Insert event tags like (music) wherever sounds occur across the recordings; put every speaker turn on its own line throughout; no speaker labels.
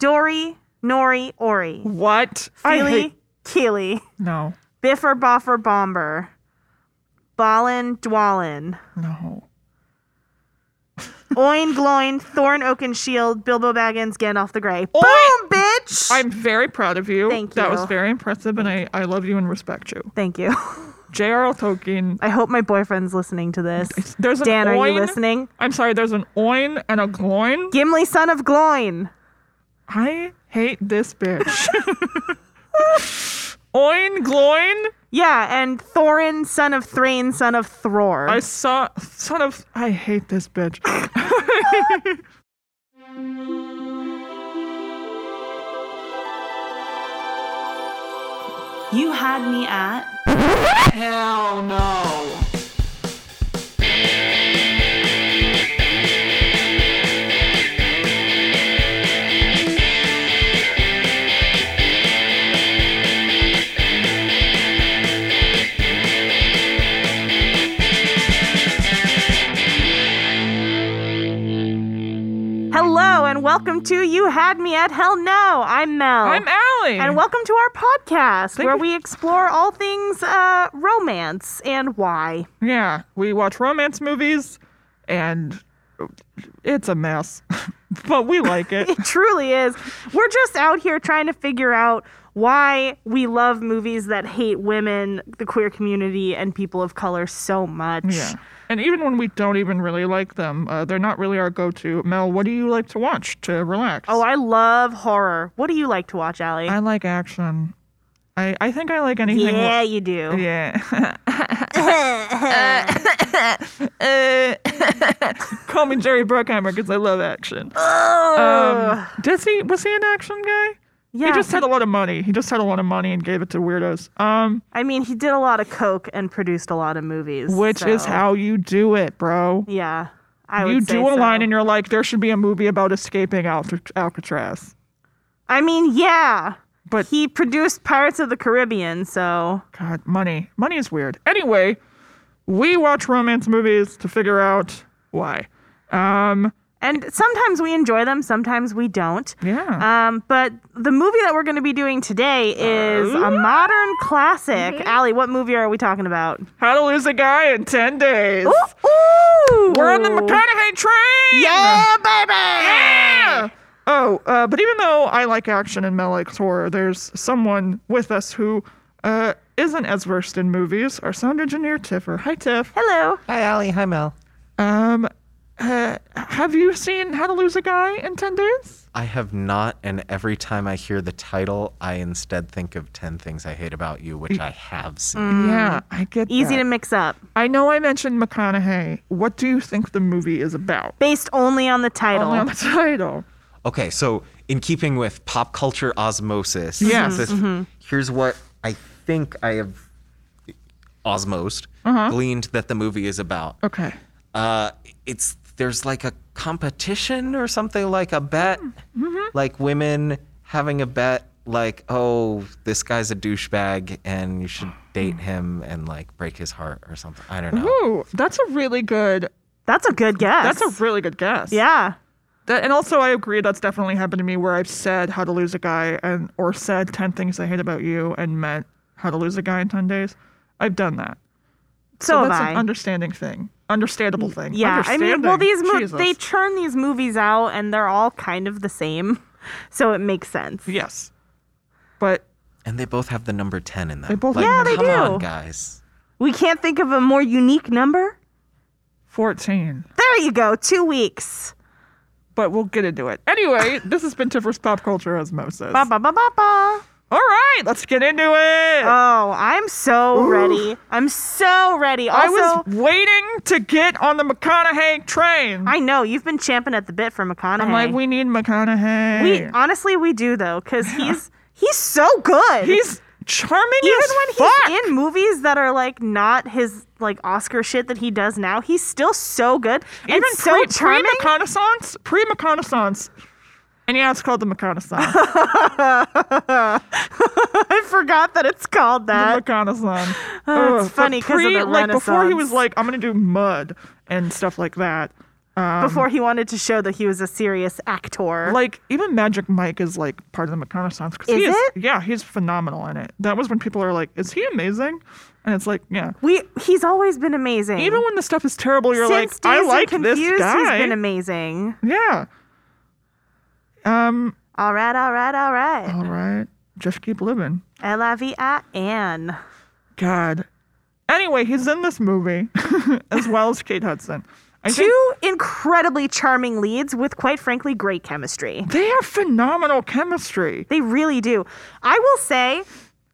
Dory, Nori, Ori.
What? I
Feely,
hate.
Keely.
No.
Biffer, Boffer, Bomber. Ballin, Dwallin.
No.
Oin, Gloin, Thorn, Oaken, Shield, Bilbo Baggins, Gandalf the Grey.
Oin-
Boom, bitch!
I'm very proud of you.
Thank
That
you.
was very impressive, and I, I love you and respect you.
Thank you. (laughs)
J.R.R. Tolkien.
I hope my boyfriend's listening to
(laughs)
this.
There's an
Dan, are you
oin.
listening?
I'm sorry. There's an oin and a gloin.
Gimli, son of Gloin.
I hate this bitch. (laughs) oin gloin.
Yeah, and Thorin, son of Thrain, son of Thror.
I saw son of. I hate this bitch.
You had me at
Hell no.
Hello, and welcome to You Had Me at Hell No. I'm Mel.
I'm Allie.
and welcome to our podcast
Thank
where
you.
we explore all things uh, romance and why.
(laughs) Yeah, we watch romance movies, and it's a mess, (laughs) but we like it.
It truly is. We're just out here trying to figure out why we love movies that hate women, the queer community, and people of color so much.
Yeah. And even when we don't even really like them, uh, they're not really our go to. Mel, what do you like to watch to relax?
Oh, I love horror. What do you like to watch, Allie?
I like action. I, I think I like anything.
yeah, you do.
(laughs) Yeah.
(laughs)
Uh, Call me Jerry Bruckheimer because I love action. Um, does he was he an action guy?
yeah.
He just had a lot of money. He just had a lot of money and gave it to weirdos. Um,
I mean, he did a lot of coke and produced a lot of movies.
which is
so-
how you do it, bro.
Yeah. I
you
would say
do a
so.
line and you're like, there should be a movie about escaping Alca- Alcatraz.
I mean, yeah.
But-
he produced Pirates of the Caribbean, so
God, money. Money is weird. Anyway, we watch romance movies to figure out why. Um,
and sometimes we enjoy them, sometimes we don't.
yeah.
Um, but the movie that we're going to be doing today is
Oh,
a modern classic.
Mm-hmm.
Allie, what movie are we talking about?
How to lose a guy in 10 days.
Ooh!
We're on the McConaughey train!
Yeah, baby!
Yeah! Oh, uh, but even though I like action and Mel likes horror, there's someone with us who uh, isn't as versed in movies. Our sound engineer, Tiffer. Hi, Tiff.
Hello.
Hi, Allie. Hi, Mel.
Um, uh, have you seen How to Lose a Guy in 10 Days?
I have not, and every time I hear the title, I instead think of 10 Things I Hate About You, which I have seen.
Yeah, I get
Mm. Easy
that.
to mix up.
I know I mentioned McConaughey. What do you think the movie is about?
Based only on the title.
Only on the title.
Okay, so in keeping with pop culture osmosis,
Yes.
this- here's what I think I have osmosed, gleaned that the movie is about.
Okay.
Uh, it's there's like a competition or something like a bet,
Hmm. Mm-hmm.
like women having a bet, like oh this guy's a douchebag and you should
Hmm.
date him and like break his heart or something. I don't know.
Ooh, that's a really good.
That's a good guess.
That's a really good guess.
yeah.
That, and also, I agree. That's definitely happened to me where I've said how to lose a guy and or said ten things I hate about you and meant how to lose a guy in ten days. I've done that.
So, have
that's
I.
an understanding thing, understandable thing.
yeah, I mean, well,
Understanding.
these movies
Jesus.
they churn these movies out, and they're all kind of the same, (laughs) so it makes sense.
yes, but
And they both have the number ten in them.
They both-
like,
Yeah,
they
come on,
do.
guys.
We can't think of a more unique number.
fourteen.
There you go. Two weeks.
But we'll get into it anyway. this has been Tiffer's pop culture osmosis.
Ba ba ba ba ba.
All right, let's get into it.
Oh, I'm so ready. I'm so ready. Also,
I
I,
was waiting to get on the McConaughey train.
know you've been champing at the bit for McConaughey.
am like, we need McConaughey.
We- uh, honestly we do though, because he's he's so good.
He's charming
even
as
when
fuck.
he's in movies that are like not his like Oscar shit that he does now, he's still so good and
even
so
pre,
charming.
pre-reconnaissance, pre-reconnaissance, and yeah, it's called the reconnaissance.
(laughs) I forgot that it's called
the
that.
reconnaissance.
Oh, it's
Ugh, but
funny 'cause of
pre-
the
like before he was
Renaissance.
like, I'm gonna do mud and stuff like that.
before he wanted to show that he was a serious actor.
Like even Magic Mike is like part of the reconnaissance. 'cause he
Is
is- Yeah, he's phenomenal in it. That was when people are like, "Is he amazing?" And it's like, yeah.
we he's always been amazing.
Even when the stuff is terrible, you're
Since
like, "I
Dazed and
like this
confused,
guy."
He's been amazing.
yeah. Um.
All right, all right, all right.
All right. Just keep living.
L I V I N.
God. Anyway, he's in this movie (laughs) as well as Kate Hudson. I think
Two incredibly charming leads with, quite frankly, great chemistry.
they have phenomenal chemistry.
They really do. I will say,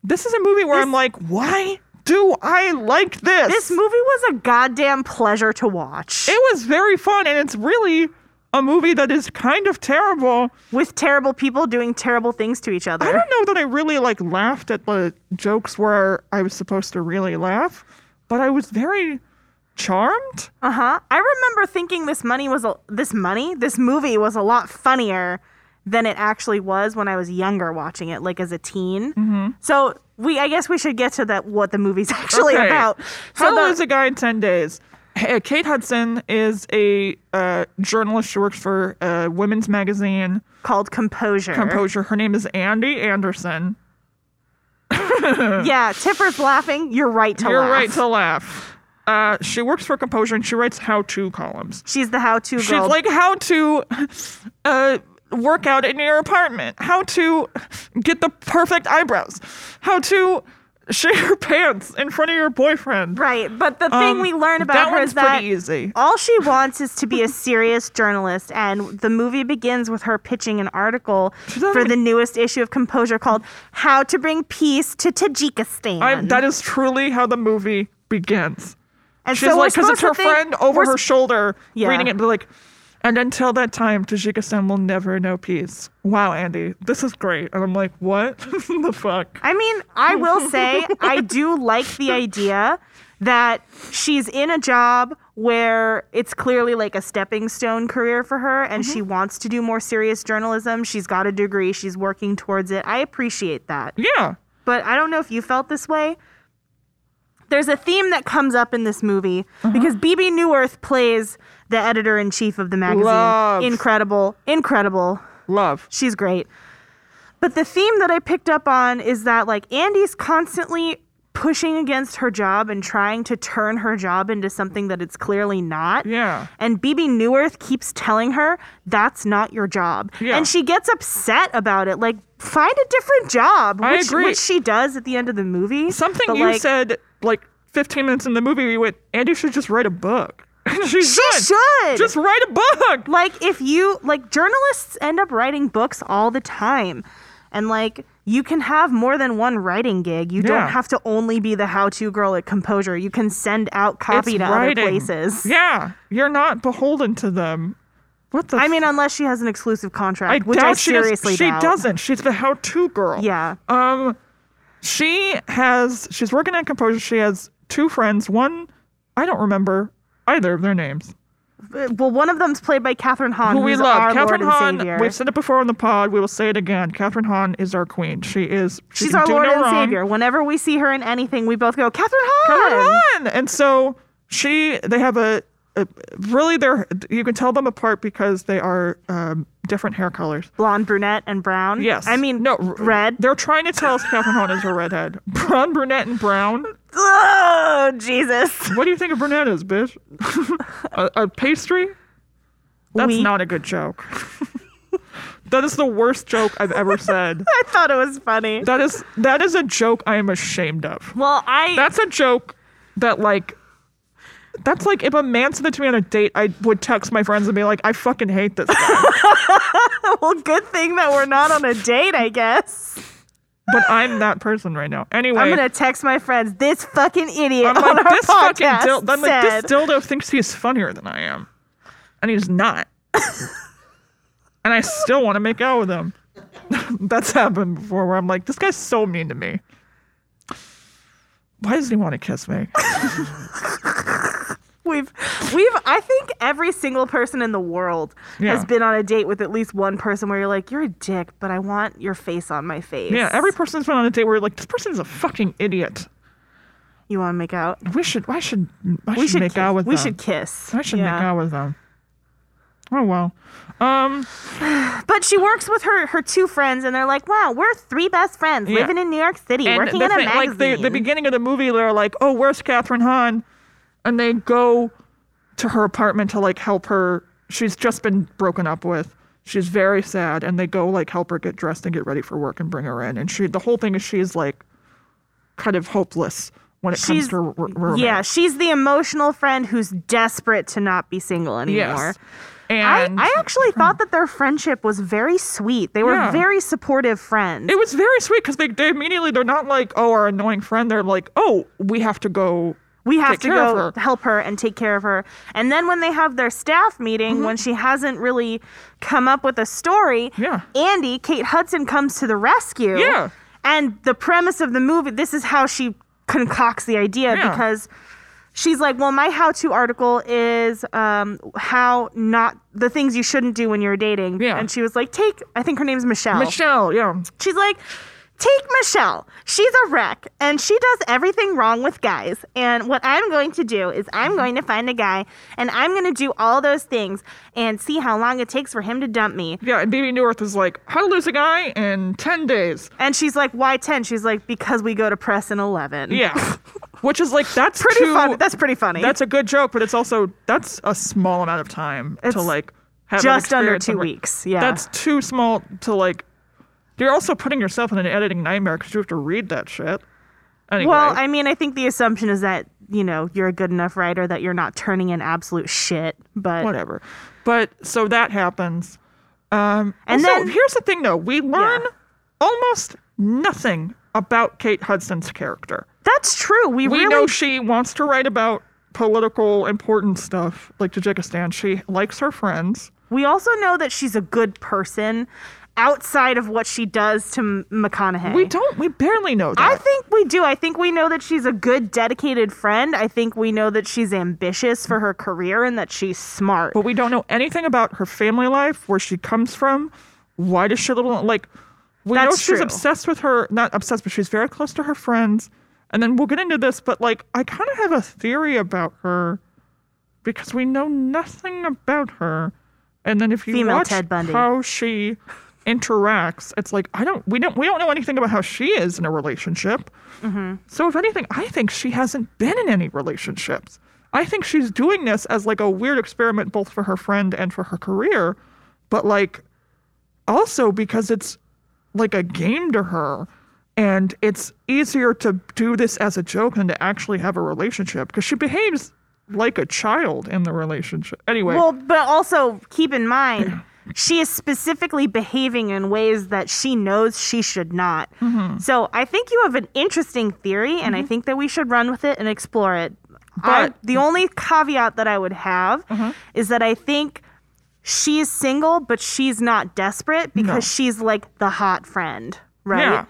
This is a movie where I'm like, why do I like this?
this movie was a goddamn pleasure to watch
it was very fun, and it's really a movie that is kind of terrible.
with terrible people doing terrible things to each
I
other.
don't know that I really like laughed at the jokes where I was supposed to really laugh, but I was very charmed.
Uh huh. I remember thinking this money was a, this money, this movie was a lot funnier than it actually was when I was younger watching it, like as a teen.
Mm-hmm.
So we, I guess, we should get to that what the movie's (laughs) actually
Okay.
about.
How
So
to
the-
Lose a Guy in 10 Days. Hey, uh, Kate Hudson is a uh, journalist. She works for a women's magazine,
called Composure.
Composure. Her name is Andy Anderson.
yeah, Tipper's laughing. You're right to
You're
laugh.
right to laugh. Uh, she works for Composure and she writes how to columns.
She's the how-to girl.
She's like, how to uh, work out in your apartment, how to get the perfect eyebrows, how to share your (laughs) pants in front of your boyfriend.
right, but the thing
Um,
we learn about
that
her
one's
is that
pretty easy.
all she wants is to be a serious journalist, and the movie begins with her pitching an article
doesn't
for the newest issue of Composure called "How to Bring Peace to Tajikistan."
I, that is truly how the movie begins.
and
She's
so we're
like, because it's her
supposed to think-
friend over
we're
her
s-
shoulder
Yeah.
reading it, but like, and until that time, Tajikistan will never know peace. Wow, Andy, this is great. And I'm like, what (laughs) the fuck?
I mean, I will say
(laughs)
I do like the idea that she's in a job where it's clearly like a stepping stone career for her and
Mm-hmm.
she wants to do more serious journalism. She's got a degree, she's working towards it. I appreciate that.
Yeah.
But I don't know if you felt this way. There's a theme that comes up in this movie because BB New Earth plays the editor in chief of the magazine.
Love.
Incredible. Incredible.
Love.
She's great. But the theme that I picked up on is that like Andy's constantly pushing against her job and trying to turn her job into something that it's clearly not.
Yeah.
And BB New Earth keeps telling her that's not your job.
Yeah.
And she gets upset about it. Like, find a different job.
I
which,
agree.
Which she does at the end of the movie.
Something
But,
you
like,
said like 15 minutes in the movie, you went, Andy should just write a book. (laughs) And she
She
should.
should.
Just write a book.
like if you like journalists end up writing books all the time and like you can have more than one writing gig you
Yeah.
don't have to only be the how-to girl at composure you can send out copy
It's
to
writing.
other places
Yeah. You're not beholden to them. What the
i mean unless she has an exclusive
I
contract which
doubt
i
she does-
seriously
she
doubt.
doesn't. She's the how-to girl.
yeah
Um, she has. She's working at Composure. She has two friends. One, I don't remember either of their names.
Uh, well one of them's played by catherine hahn
Who we
who's
love,
our lord
Catherine
and
Hahn.
savior
We've said it before on the pod. We will say it again. Catherine Hahn is our queen. She is. She
she's
can
our
do
lord
no
and
wrong.
savior whenever we see her in anything we both go catherine hahn,
Catherine Hahn. And so she. They have a. a really, they're. You can tell them apart because they are um, different hair colors.
blonde brunette and brown
Yes.
i mean
no. r-
red
They're trying to tell us Catherine Hahn is a redhead. Brown, brunette, and brown.
oh jesus
What do you think of bananas, bitch? (laughs) a, a pastry? (laughs) That's
We-
not a good joke. (laughs) that is the worst joke I've ever said.
(laughs) I thought it was funny.
That is that is a joke I am ashamed of.
Well, I
That's a joke that like that's like if a man said that to me on a date, I would text my friends and be like, I fucking hate this guy.
(laughs) well, good thing that we're not on a date, I guess.
but I'm that person right now. Anyway,
I'm gonna text my friends. This fucking idiot
I'm
(laughs) on
like,
our
this fucking
podcast
dil- I'm like,
said-
this dildo thinks he is funnier than I am. And
(laughs)
he's not. and I still want to make out with him. (laughs) That's happened before where I'm like, this guy's so mean to me. Why does he want to
(laughs)
kiss me?
we've we've I think every single person in the world
Yeah.
has been on a date with at least one person where you're like, you're a dick, but I want your face on my face.
yeah, every person's been on a date where like, this person's a fucking idiot.
you want to make out?
We should, I should, I
We should
make
kiss.
out with
we
them.
should kiss.
I should
Yeah.
make out with them. Oh well. Um,
But she works with her her two friends, and they're like, "Wow, we're three best friends
Yeah.
living in New York City,
and
working
the
in a
thing- like
magazine."
the, the beginning of the movie, they're like, "Oh, where's Catherine Hahn?" And they go to her apartment to like help her. She's just been broken up with. She's very sad, and they go like help her get dressed and get ready for work and bring her in. And she, the whole thing is she's like, kind of hopeless when it comes
She's-
to r- r- romance.
yeah, she's the emotional friend who's desperate to not be single anymore.
Yes.
I,
And
I actually thought that their friendship was very sweet. They were
Yeah.
very supportive friends.
it was very sweet because they, they immediately they're not like oh our annoying friend they're like oh we have to go
we have
take
to
care of
go
her.
help her and take care of her. And then when they have their staff meeting,
Mm-hmm.
when she hasn't really come up with a story,
Yeah.
Andy, Kate Hudson comes to the rescue.
Yeah.
And the premise of the movie, this is how she concocts the idea
Yeah.
because she's like, well, my how-to article is um, how not the things you shouldn't do when you're dating.
Yeah.
And she was like, take, I think her name's
Michelle yeah
She's like, take Michelle. She's a wreck and she does everything wrong with guys. And what I'm going to do is
Mm-hmm.
I'm going to find a guy and I'm going to do all those things and see how long it takes for him to dump me.
yeah and BB New Earth is like how to lose a guy in ten days
And she's like, why 10? She's like, because we go to press in 11.
yeah (laughs) which is like that's
Pretty
too,
fun. That's pretty funny.
that's a good joke but it's also that's a small amount of time to
It's
like have an
just under
experience
two
and, like,
weeks. Yeah.
that's too small to like you're also putting yourself in an editing nightmare because you have to read that shit anyway
well, I mean, I think the assumption is that, you know, you're a good enough writer that you're not turning in absolute shit. But
whatever. But so that happens. Um,
And
and
then-
here's the thing, though: we learn almost nothing about Kate Hudson's character.
that's true. We,
We
really
know she wants to write about political important stuff, like Tajikistan. She likes her friends.
We also know that she's a good person outside of what she does to M- McConaughey.
We don't. We barely know that.
I think we do. I think we know that she's a good, dedicated friend. I think we know that she's ambitious for her career and that she's smart.
but we don't know anything about her family life, where she comes from, why does she live alone? Like, we know
That's
she's
true.
obsessed with her, not obsessed, but she's very close to her friends. And then we'll get into this, but like, I kind of have a theory about her because we know nothing about her. And then if you
Female
watch
Ted Bundy.
how she interacts, it's like I don't, we don't, we don't know anything about how she is in a relationship.
Mm-hmm.
So if anything, I think she hasn't been in any relationships. I think she's doing this as like a weird experiment both for her friend and for her career, but like also because it's like a game to her and it's easier to do this as a joke than to actually have a relationship because she behaves like a child in the relationship. Anyway,
well, but also keep in mind. She is specifically behaving in ways that she knows she should not.
Mm-hmm.
So I think you have an interesting theory, and I think that we should run with it and explore it. I-
But- Mm-hmm.
the only caveat that I would have is that I think she's single, but she's not desperate because
No.
she's like the hot friend, right?
yeah.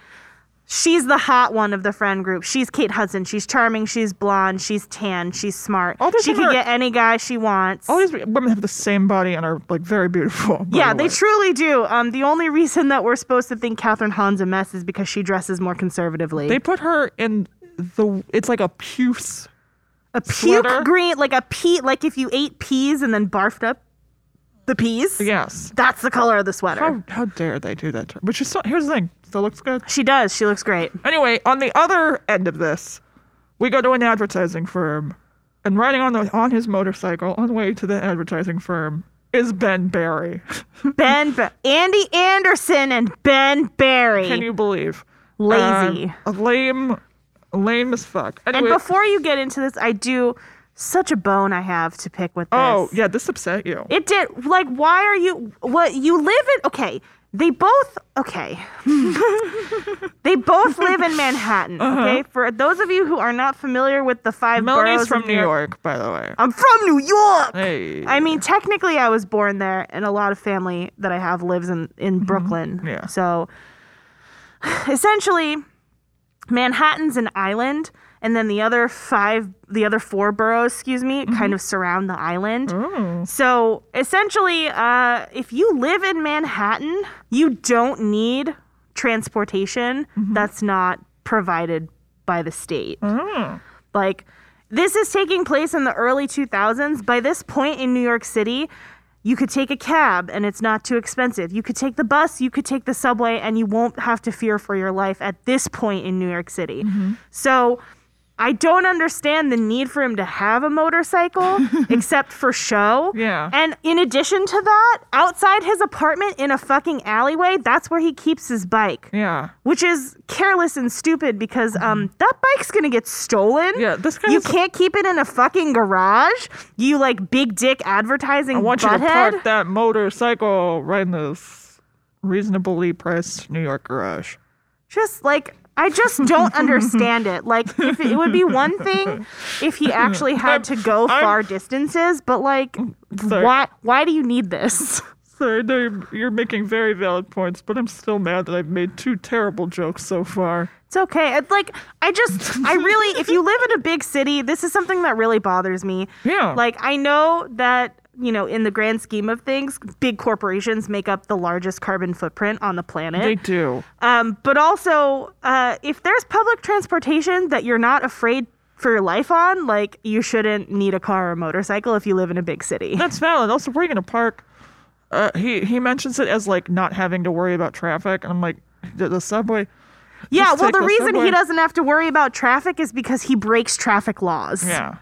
She's the hot one of the friend group. She's Kate Hudson. She's charming. She's blonde. She's tan. She's smart.
All these
she
women
can
are-
get any guy she wants.
All these women have the same body and are like very beautiful. by
Yeah,
the
they
way.
truly do. Um, the only reason that we're supposed to think Catherine Hahn's a mess is because she dresses more conservatively.
they put her in the. It's like a puce
a puke
sweater.
green, like a pea, like if you ate peas and then barfed up the peas.
Yes.
That's the color of the sweater.
How, how dare they do that to her? But she's still, here's the thing. Still looks good.
She does. She looks great. (laughs)
Anyway, on the other end of this, we go to an advertising firm, and riding on the on his motorcycle on the way to the advertising firm is
(laughs)
Ben Barry.
Ben, ba- Andy Anderson, and Ben Barry.
Can you believe?
Lazy.
Um, lame, lame as fuck.
and
Anyway,
before you get into this, I do such a bone I have to pick with this.
oh yeah, this upset you.
It did. Like, why are you? What you live in? Okay, they both. Okay, (laughs) they both live in Manhattan. Okay, for those of you who are not familiar with the five
Uh-huh. Melanie's
boroughs
from
of
New York, by the way.
I'm from New York.
Hey.
I mean, technically, I was born there, and a lot of family that I have lives in in Brooklyn.
Yeah.
So, (sighs) essentially, Manhattan's an island, and then the other five, the other four boroughs, excuse me, kind of surround the island. So, essentially, uh, if you live in Manhattan, you don't need transportation. That's not provided by the state. Like, this is taking place in the early 2000s. By this point in New York City, You could take a cab and it's not too expensive. You could take the bus, you could take the subway, and you won't have to fear for your life at this point in New York City. So I don't understand the need for him to have a motorcycle except for show.
Yeah.
And in addition to that, outside his apartment in a fucking alleyway, that's where he keeps his bike
Yeah.
which is careless and stupid because um that bike's gonna get stolen.
Yeah, this guy
you
is-
can't keep it in a fucking garage. You like big dick advertising.
I want you to
butthead.
park that motorcycle right in this reasonably priced New York garage.
Just like I just don't understand it. Like if it, it would be one thing if he actually had to go
(laughs) I'm-
far distances, but like
Sorry.
why why do you need this?
Sorry, I know you're, you're making very valid points, but I'm still mad that I've made two terrible jokes so far.
It's okay. It's like I just I really if you live in a big city, this is something that really bothers me.
Yeah.
Like I know that, you know, in the grand scheme of things, big corporations make up the largest carbon footprint on the planet.
They do.
Um, but also, uh, if there's public transportation that you're not afraid for your life on, like you shouldn't need a car or motorcycle if you live in a big
(laughs)
city.
That's valid. Also, where are you going to park? Uh, he, he mentions it as like not having to worry about traffic, and I'm like, the, the subway.
yeah,
just
well,
take
the
the
reason
subway.
he doesn't have to worry about traffic is because he breaks traffic laws.
(laughs) Yeah.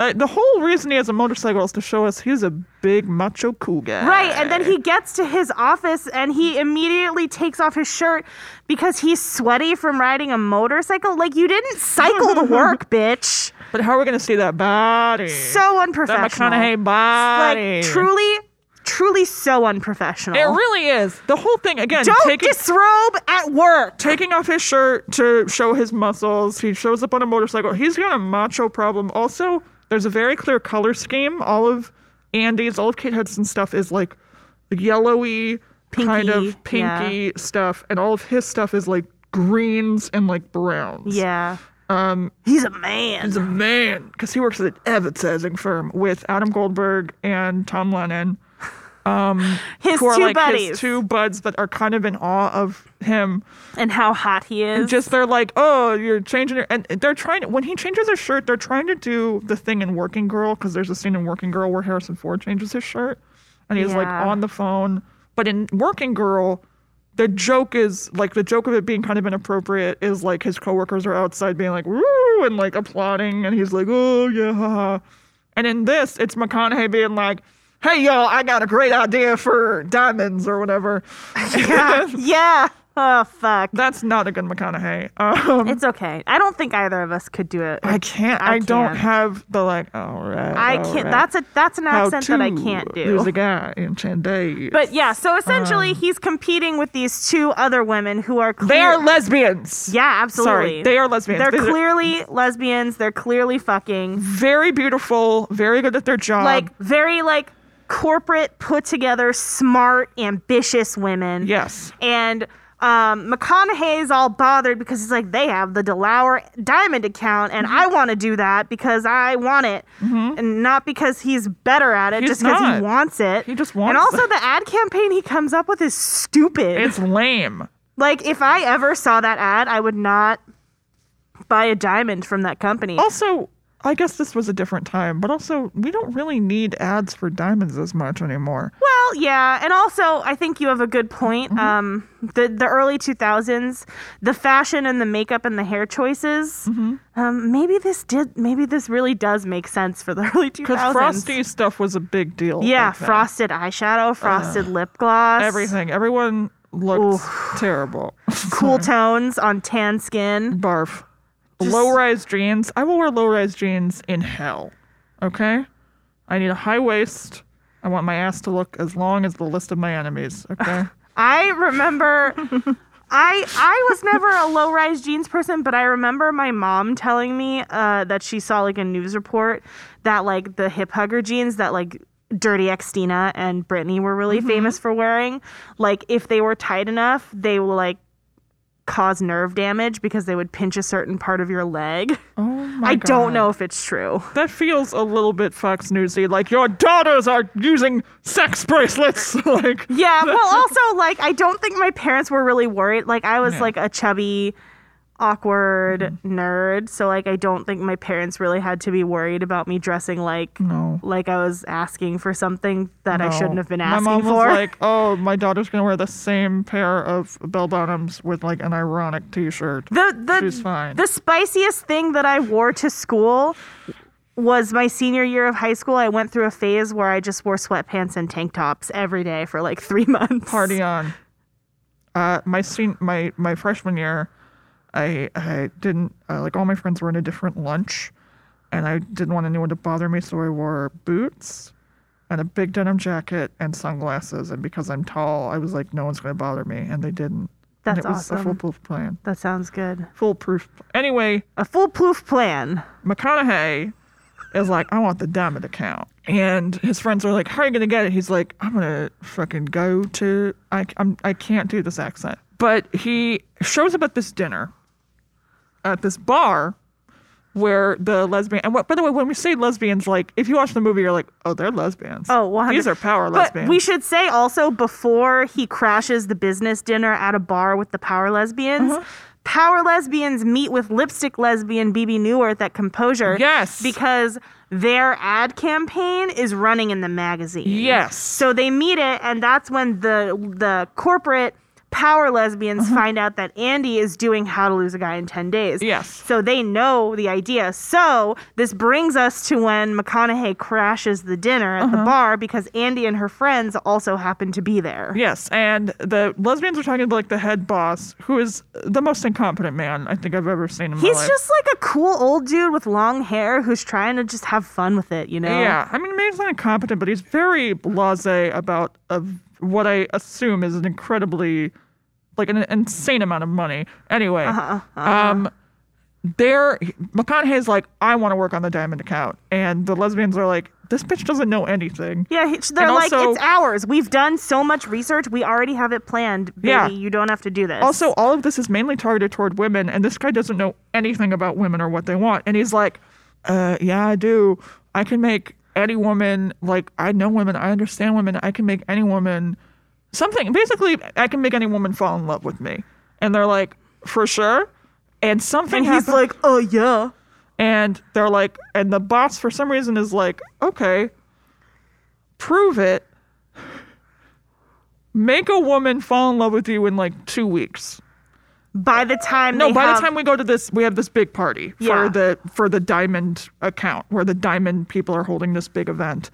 Uh, the whole reason he has a motorcycle is to show us he's a big macho cool guy.
Right, and then he gets to his office and he immediately takes off his shirt because he's sweaty from riding a motorcycle. Like you didn't cycle to
(laughs)
work, bitch.
But how are we going to see that body?
So
that
unprofessional.
McConaughey body.
Like truly, truly so unprofessional.
It really is. The whole thing again.
Don't
taking,
disrobe at work.
taking off his shirt to show his muscles. He shows up on a motorcycle. He's got a macho problem. Also, there's a very clear color scheme. All of Andy's, all of Kate Hudson's stuff is like yellowy, kind of
Pinky, yeah.
pinky stuff, and all of his stuff is like greens and like browns.
Yeah. Um, he's a man.
He's a man because he works at an advertising firm with Adam Goldberg and Tom Lennon,
His two
who are like
buddies
his two buds, but are kind of in awe of him.
and how hot he
(laughs)
is.
just they're like, oh, you're changing your, and they're trying to, when he changes his shirt, they're trying to do the thing in Working Girl because there's a scene in Working Girl where Harrison Ford changes his shirt, and he's like
Yeah.
on the phone. But in Working Girl, the joke is like the joke of it being kind of inappropriate is like his coworkers are outside being like woo and like applauding, and he's like, oh yeah, ha, ha. and in this, it's McConaughey being like. Hey y'all, I got a great idea for diamonds or whatever.
(laughs) yeah. Ah, yeah. Oh fuck.
(laughs) That's not a good McConaughey. Um,
It's okay. I don't think either of us could do it.
I can't. I,
I
don't
can't.
have the like. All right.
I
all
can't.
right.
That's a that's an
Oh, How
accent that I
to.
can't do.
There's a Uh. guy in Chanday.
But yeah, so essentially, he's competing with these two other women who are clear-
they are lesbians.
yeah, absolutely.
Sorry, they are lesbians.
They're
These are
clearly lesbians. They're clearly fucking
very beautiful, very good at their job.
like very like corporate, put together, smart, ambitious women.
yes,
And um, McConaughey's all bothered because he's like, they have the Delaware Diamond account, and
Mm-hmm.
I want to do that because I want it, and not because he's better at it,
He's
just because
not.
he wants it.
He just
And
wants
also,
it.
the ad campaign he comes up with is stupid.
it's lame.
Like if I ever saw that ad, I would not buy a diamond from that company.
Also, I guess this was a different time, but also we don't really need ads for diamonds as much anymore.
Well, yeah, and also I think you have a good point. Um, the the early two thousands, the fashion and the makeup and the hair choices. Um, maybe this did. Maybe this really does make sense for the (laughs) early two
Because
thousands.
frosty stuff was a big deal.
yeah,
back then.
frosted eyeshadow, frosted lip gloss,
(laughs) Everything. Everyone looked terrible.
cool tones on tan skin.
barf. low rise jeans. I will wear low rise jeans in hell. Okay? I need a high waist. I want my ass to look as long as the list of my enemies.
(laughs)
Okay?
I
(laughs)
remember I I was never a low rise jeans person, but I remember my mom telling me uh, that she saw like a news report that like the hip hugger jeans that like Dirty Xtina and Britney were really
Mm-hmm.
famous for wearing, like if they were tight enough, they will like cause nerve damage because they would pinch a certain part of your leg.
oh my
I don't
God.
know if it's true.
That feels a little bit Fox Newsy. Like, your daughters are using sex bracelets. (laughs) like,
Yeah. Well, also like I don't think my parents were really worried. Like I was
Yeah. Mm-hmm.
like a chubby awkward nerd, so like I don't think my parents really had to be worried about me dressing like
No.
like I was asking for something that I
No.
shouldn't have been asking
My mom
for.
was like, "Oh, my daughter's gonna wear the same pair of bell bottoms with like an ironic T-shirt."
(laughs) the the
She's fine.
the spiciest thing that I wore to school was my senior year of high school. I went through a phase where I just wore sweatpants and tank tops every day for like three (laughs) months.
Party on. Uh, my sen- my my freshman year, I I didn't uh, like all my friends were in a different lunch, and I didn't want anyone to bother me, so I wore boots and a big denim jacket and sunglasses. And because I'm tall, I was like, no one's gonna bother me, and they didn't. and
That's
it was a
awesome.
foolproof plan.
That sounds good.
Foolproof. Anyway,
A foolproof plan.
McConaughey is like, I want the diamond account. And his friends are like, How are you gonna get it? He's like, I'm gonna fucking go to I I'm, I can't do this accent. But he shows up at this dinner, at this bar, where the lesbian and what by the way, when we say lesbians, like if you watch the movie, you're like, Oh, they're lesbians.
Oh, 100.
these are power
But
lesbians.
we should say also before he crashes the business dinner at a bar with the power lesbians.
Uh-huh.
Power lesbians meet with lipstick lesbian BB Newirth at Composure.
Yes.
Because their ad campaign is running in the magazine.
yes.
So they meet it, and that's when the the corporate power lesbians
Mm-hmm.
find out that Andy is doing How to Lose a Guy in Ten Days.
Yes.
So they know the idea. So this brings us to when McConaughey crashes the dinner at
Uh-huh.
the bar because Andy and her friends also happen to be there.
Yes, and the lesbians are talking to like the head boss, who is the most incompetent man I think I've ever seen in my
He's
life.
just like a cool old dude with long hair who's trying to just have fun with it, you know?
Yeah, I mean, maybe he's not incompetent, but he's very blasé about uh, what I assume is an incredibly, like an insane amount of money. Anyway, um, there, McConaughey's like, I want to work on the diamond account, and the lesbians are like, this bitch doesn't know anything.
Yeah, he- they're
And
like,
also-
it's ours. We've done so much research. We already have it planned. Baby,
Yeah.
you don't have to do this.
Also, all of this is mainly targeted toward women, and this guy doesn't know anything about women or what they want. And he's like, uh, yeah, I do. I can make any woman, like, I know women, I understand women, I can make any woman something. Basically, I can make any woman fall in love with me. And they're like, for sure. And something
and he's
happens
like, oh, yeah.
and they're like and the boss for some reason is like okay prove it make a woman fall in love with you in like two weeks
by the time
no
they
by
have,
the time we go to this we have this big party
Yeah.
for the for the diamond account where the diamond people are holding this big event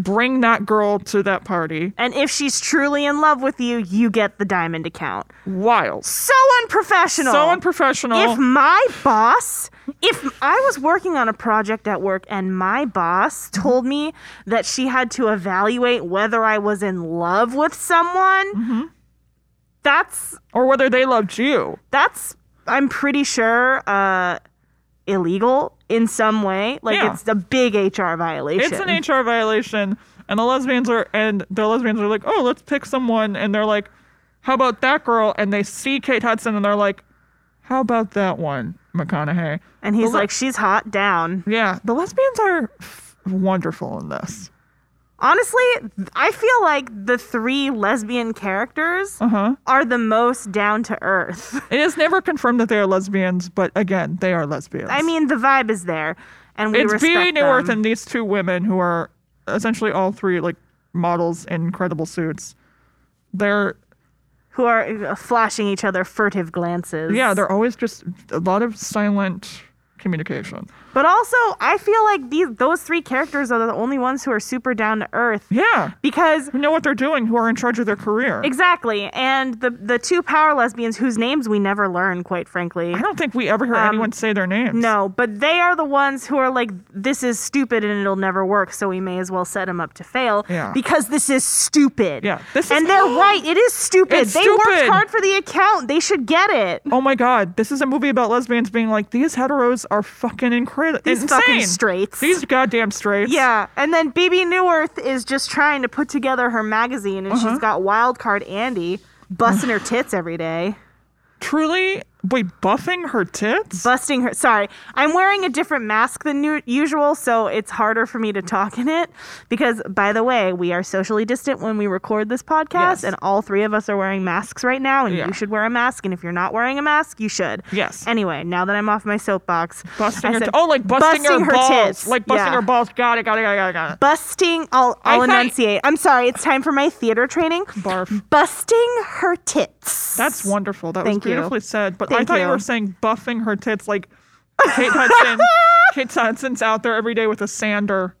bring that girl to that party
and if she's truly in love with you you get the diamond account
wild
so unprofessional
so unprofessional
if my boss if i was working on a project at work and my boss
Mm-hmm.
told me that she had to evaluate whether i was in love with someone
Mm-hmm.
that's
or whether they loved you
that's i'm pretty sure uh illegal in some way like
Yeah.
it's a big hr violation
It's an HR violation, and the lesbians are and the lesbians are like, oh, let's pick someone, and they're like, how about that girl? And they see Kate Hudson, and they're like, how about that one, McConaughey?
and he's
The le-
like she's hot down
yeah, the lesbians are f- wonderful in this.
Honestly, I feel like the three lesbian characters
Uh-huh.
are the most down to earth. (laughs)
It is never confirmed that they are lesbians, but again, they are lesbians.
I mean, the vibe is there, and we
it's
respect
BB
them.
Newirth and these two women who are essentially all three like models in incredible suits. They're
who are uh, flashing each other furtive glances.
yeah, they're always just a lot of silent communication.
but also I feel like these those three characters are the only ones who are super down to earth
Yeah.
because
Who know what they're doing, who are in charge of their career.
exactly, and the the two power lesbians whose names we never learn, quite frankly.
I don't think we ever hear anyone say their names.
Um, No, but they are the ones who are like, this is stupid and it'll never work, so we may as well set him up to fail
Yeah.
because this is stupid.
Yeah, this
and
is-
they're right. It is stupid.
It's
they
stupid.
worked hard for the account. They should get it.
Oh my god, this is a movie about lesbians being like, these heteros are fucking incredible.
These
insane.
fucking straights.
These goddamn straights.
Yeah, and then BB New Earth is just trying to put together her
Uh-huh. (sighs)
magazine, and she's got Wildcard Andy busting her tits every day.
Truly, Wait, buffing her tits?
busting her. Sorry, I'm wearing a different mask than nu- usual, so it's harder for me to talk in it. Because, by the way, we are socially distant when we record this podcast,
Yes.
and all three of us are wearing masks right now. And
Yeah.
you should wear a mask. And if you're not wearing a mask, you should.
Yes.
Anyway, now that I'm off my soapbox,
busting
I
her
said,
t- oh, like busting, her, balls.
tits.
Like busting
Yeah.
her balls. Got it, got it, got it, got it.
Busting, I'll,
I
I'll
thought-
enunciate. I'm sorry, it's time for my theater training.
Barf.
Busting her tits.
That's wonderful. That
Thank
was
you.
beautifully said. But I
Thank
thought you.
you.
were saying buffing her tits like
(laughs)
Kate Hudson. Kate Hudson's out there every day with a sander,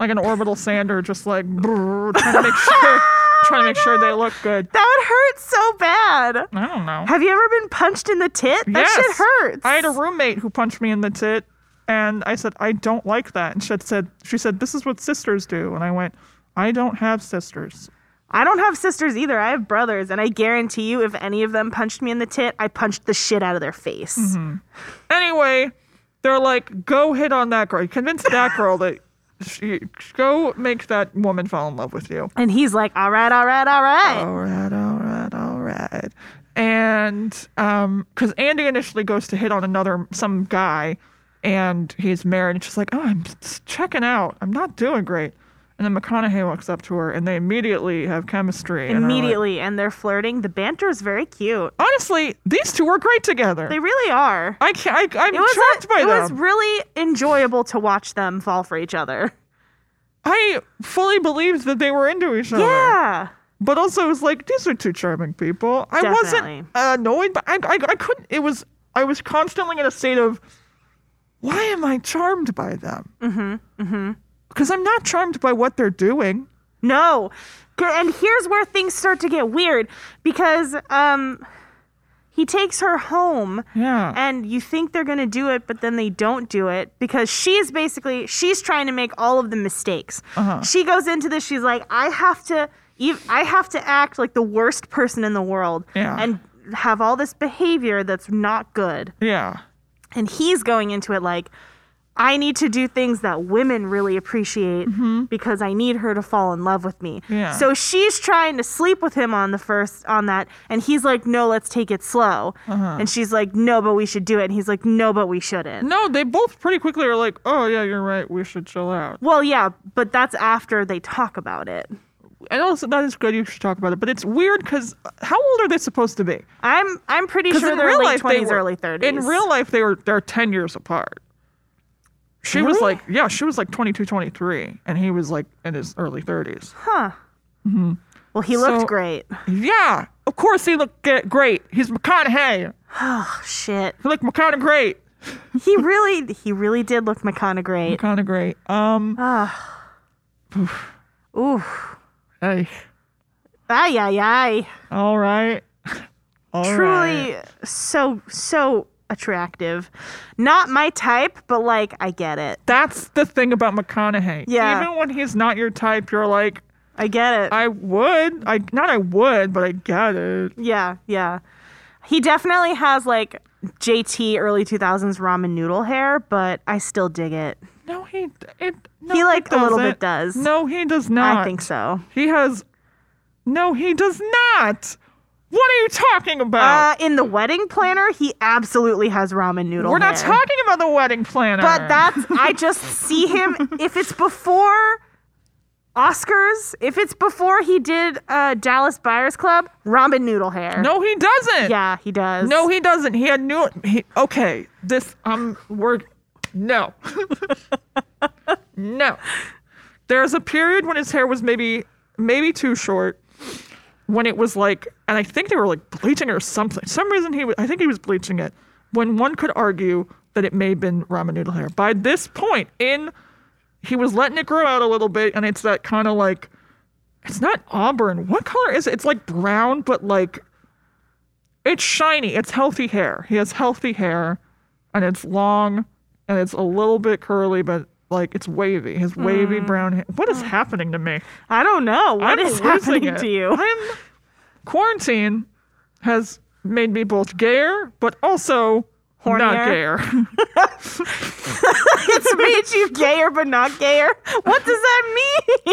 like an orbital sander, just like (laughs) brrr, trying
(laughs)
to make sure, trying to make sure they look good.
That would hurt so bad.
I don't know.
Have you ever been punched in the tit? That shit
Yes.
hurts.
I had a roommate who punched me in the tit, and I said, I don't like that. And she had said, she said, this is what sisters do. And I went, I don't have sisters.
I don't have sisters either. I have brothers, and I guarantee you, if any of them punched me in the tit, I punched the shit out of their face.
Mm-hmm. Anyway, they're like, go hit on that girl. Convince that girl that she, go make that woman fall in love with you.
And he's like, "All right, all right, all right."
All right, all right, all right. And um, because Andy initially goes to hit on another some guy, and he's married, and she's like, "Oh, I'm s- checking out. I'm not doing great." And then McConaughey walks up to her, and they immediately have chemistry. and are like-
Immediately, and they're flirting. The banter is very cute.
honestly, these two were great together.
They really are.
I can't. I, I'm
It was
shocked
a-
by
it
them.
was really enjoyable to watch them fall for each other.
I fully believed that they were into each other.
Yeah.
But also, it was like these are two charming people. I
Definitely.
wasn't annoyed, but I, I, I couldn't. It was I was constantly in a state of, why am I charmed by them? Mm-hmm. Mm-hmm. Because I'm not charmed by what they're doing.
No. G- And here's where things start to get weird because um he takes her home
Yeah.
and you think they're going to do it but then they don't do it because she's basically she's trying to make all of the mistakes. She goes into this she's like I have to ev- I have to act like the worst person in the world
Yeah.
and have all this behavior that's not good.
yeah.
And he's going into it like I need to do things that women really appreciate because I need her to fall in love with me.
Mm-hmm. Yeah.
So she's trying to sleep with him on the first on that and he's like no, let's take it slow.
Uh-huh.
And she's like no, but we should do it and he's like no, but we shouldn't.
No, they both pretty quickly are like, oh yeah, you're right. We should chill out.
Well, yeah, but that's after they talk about it.
And also, that is good. You should talk about it. But it's weird because how old are they supposed to be?
I'm I'm pretty
Because
sure
in
they're
real
late
life, they
20s
were,
early 30s.
In real life, they were they're ten years apart. She was
Really?
like, yeah, she was like 22, 23, and he was like in his early 30s.
Well, he looked
So-
great.
Yeah, of course he looked ge- great. He's McConaughey.
Oh shit.
He looked McConaughey great.
He really he really did look McConaughey great.
McConaughey great. Um,
Ah.
(sighs)
Ooh.
hey, Mm-hmm.
Ay ay ay.
all right. (laughs) All right.
truly so so attractive. Not my type, but like I get it.
That's the thing about McConaughey.
Yeah.
Even when he's not your type, you're like,
I get it.
I would. I not I would, but I get it.
yeah, yeah. He definitely has like JT early 2000s ramen noodle hair, but I still dig it.
No, he it. No,
He, like, a little bit
doesn't.
does.
No, he does not.
I think so.
He has. No, he does not. What are you talking about?
Uh, in the wedding planner, he absolutely has ramen noodle
We're not
hair.
talking about the wedding planner.
But that's I just see
(laughs)
him if it's before Oscars, if it's before he did uh, Dallas Buyers Club, ramen noodle hair.
No, he doesn't.
Yeah, he does.
No, he doesn't. He had new. He, okay, this um, we're no, (laughs) no. There's a period when his hair was maybe maybe too short, when it was like, and I think they were like bleaching it or something. Some reason he, was, I think he was bleaching it. When one could argue that it may have been ramen noodle hair. By this point, in he was letting it grow out a little bit, and it's that kind of like, it's not auburn. What color is it? It's like brown, but like it's shiny. It's healthy hair. He has healthy hair, and it's long, and it's a little bit curly, but like it's wavy. His wavy brown hair. What is happening to me?
I don't know. Mm. Oh. What
I'm
is
losing
happening
it.
to (laughs) you?
I'm quarantine has made me both gayer, but also not
Hornier?
gayer. (laughs)
it's made you gayer but not gayer. (laughs) What does that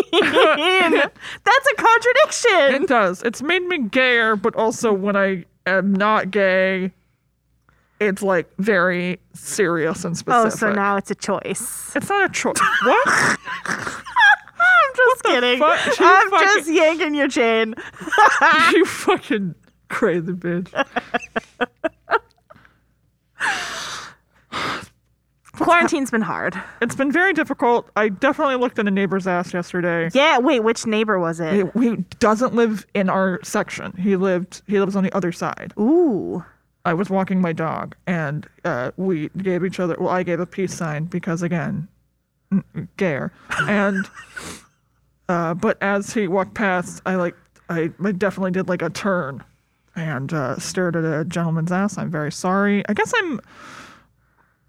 (laughs) mean? That's a contradiction.
it does. It's made me gayer, but also when I am not gay, it's like very serious and
Oh,
specific.
so now it's a choice.
it's not a choice. (laughs) what?
(laughs) I'm just kidding.
fuck? She's
I'm
fucking-
just yanking your chain.
you fucking crazy bitch.
Quarantine's been hard.
It's been very difficult. I definitely looked in a neighbor's ass yesterday.
Yeah, wait, which neighbor was
He,
it?
he doesn't live in our section. He lived. He lives on the other side.
Ooh.
I was walking my dog, and uh, we gave each other. Well, I gave a peace sign because again, n- n- gayer. And uh, but as he walked past, I like I, I definitely did like a turn, and uh, stared at a gentleman's ass. I'm very sorry. I guess I'm.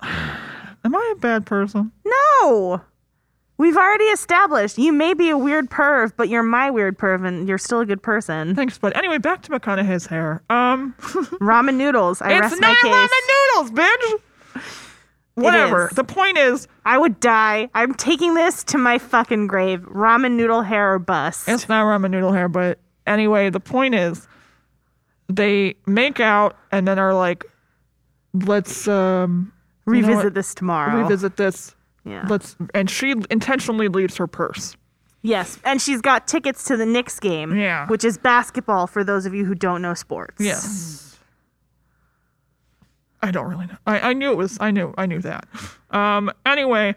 (sighs) Am I a bad person?
No. Oh, We've already established you may be a weird perv, but you're my weird perv and you're still a good person.
Thanks, but anyway, back to McConaughey's hair. Um,
Ramen noodles. I
it's
rest my
not
case.
ramen noodles, bitch. Whatever.
is.
The point is,
I would die. I'm taking this to my fucking grave. Ramen noodle hair or bust.
It's not ramen noodle hair, but anyway, the point is they make out and then are like, let's um you know
revisit
what?
this tomorrow.
revisit this.
Yeah.
Let's and she intentionally leaves her purse.
yes, and she's got tickets to the Knicks game,
Yeah.
which is basketball for those of you who don't know sports.
Yes. I don't really know. I, I knew it was I knew I knew that. Um anyway,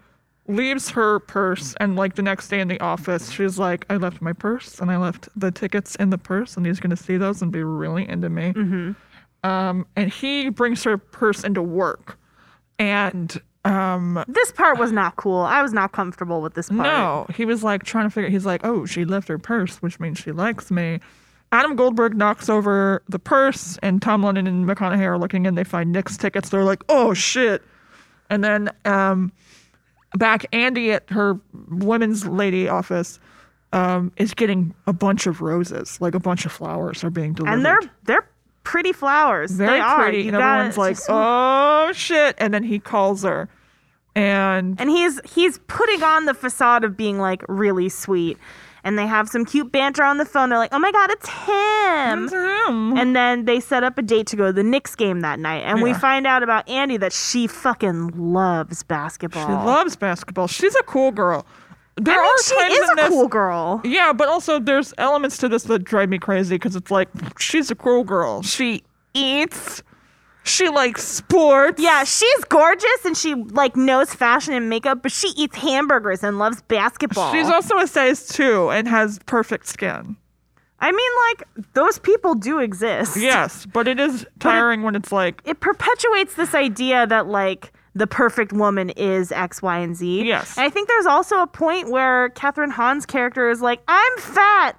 leaves her purse and like the next day in the office, she's like, I left my purse and I left the tickets in the purse and he's gonna see those and be really into me. Um and he brings her purse into work and um
This part was not cool. I was not comfortable with this part.
no, he was like trying to figure. He's like, oh, she left her purse, which means she likes me. Adam Goldberg knocks over the purse, and Tom Lennon and McConaughey are looking in. They find Nick's tickets. They're like, oh shit! And then um, back Andy at her women's lady office um, is getting a bunch of roses, like a bunch of flowers are being delivered.
And they're they're pretty flowers.
very
they are.
pretty,
You
and
gotta-
everyone's like,
just-
oh shit! And then he calls her, and
and he's he's putting on the facade of being like really sweet. And they have some cute banter on the phone. They're like, "Oh my god, it's him!" And then they set up a date to go to the Knicks game that night. And we
Yeah.
find out about Andy that she fucking loves basketball.
She loves basketball. She's a cool girl. There
I mean,
are
she
times
is
in
a
this,
cool girl.
yeah, but also there's elements to this that drive me crazy because it's like she's a cool girl. She eats. She likes sports.
Yeah, she's gorgeous and she like knows fashion and makeup, but she eats hamburgers and loves basketball.
She's also a size two and has perfect skin.
I mean, like those people do exist.
Yes, but it is tiring when it's like
it perpetuates this idea that like the perfect woman is X, Y, and Z.
Yes.
And I think there's also a point where Catherine Hahn's character is like, I'm fat.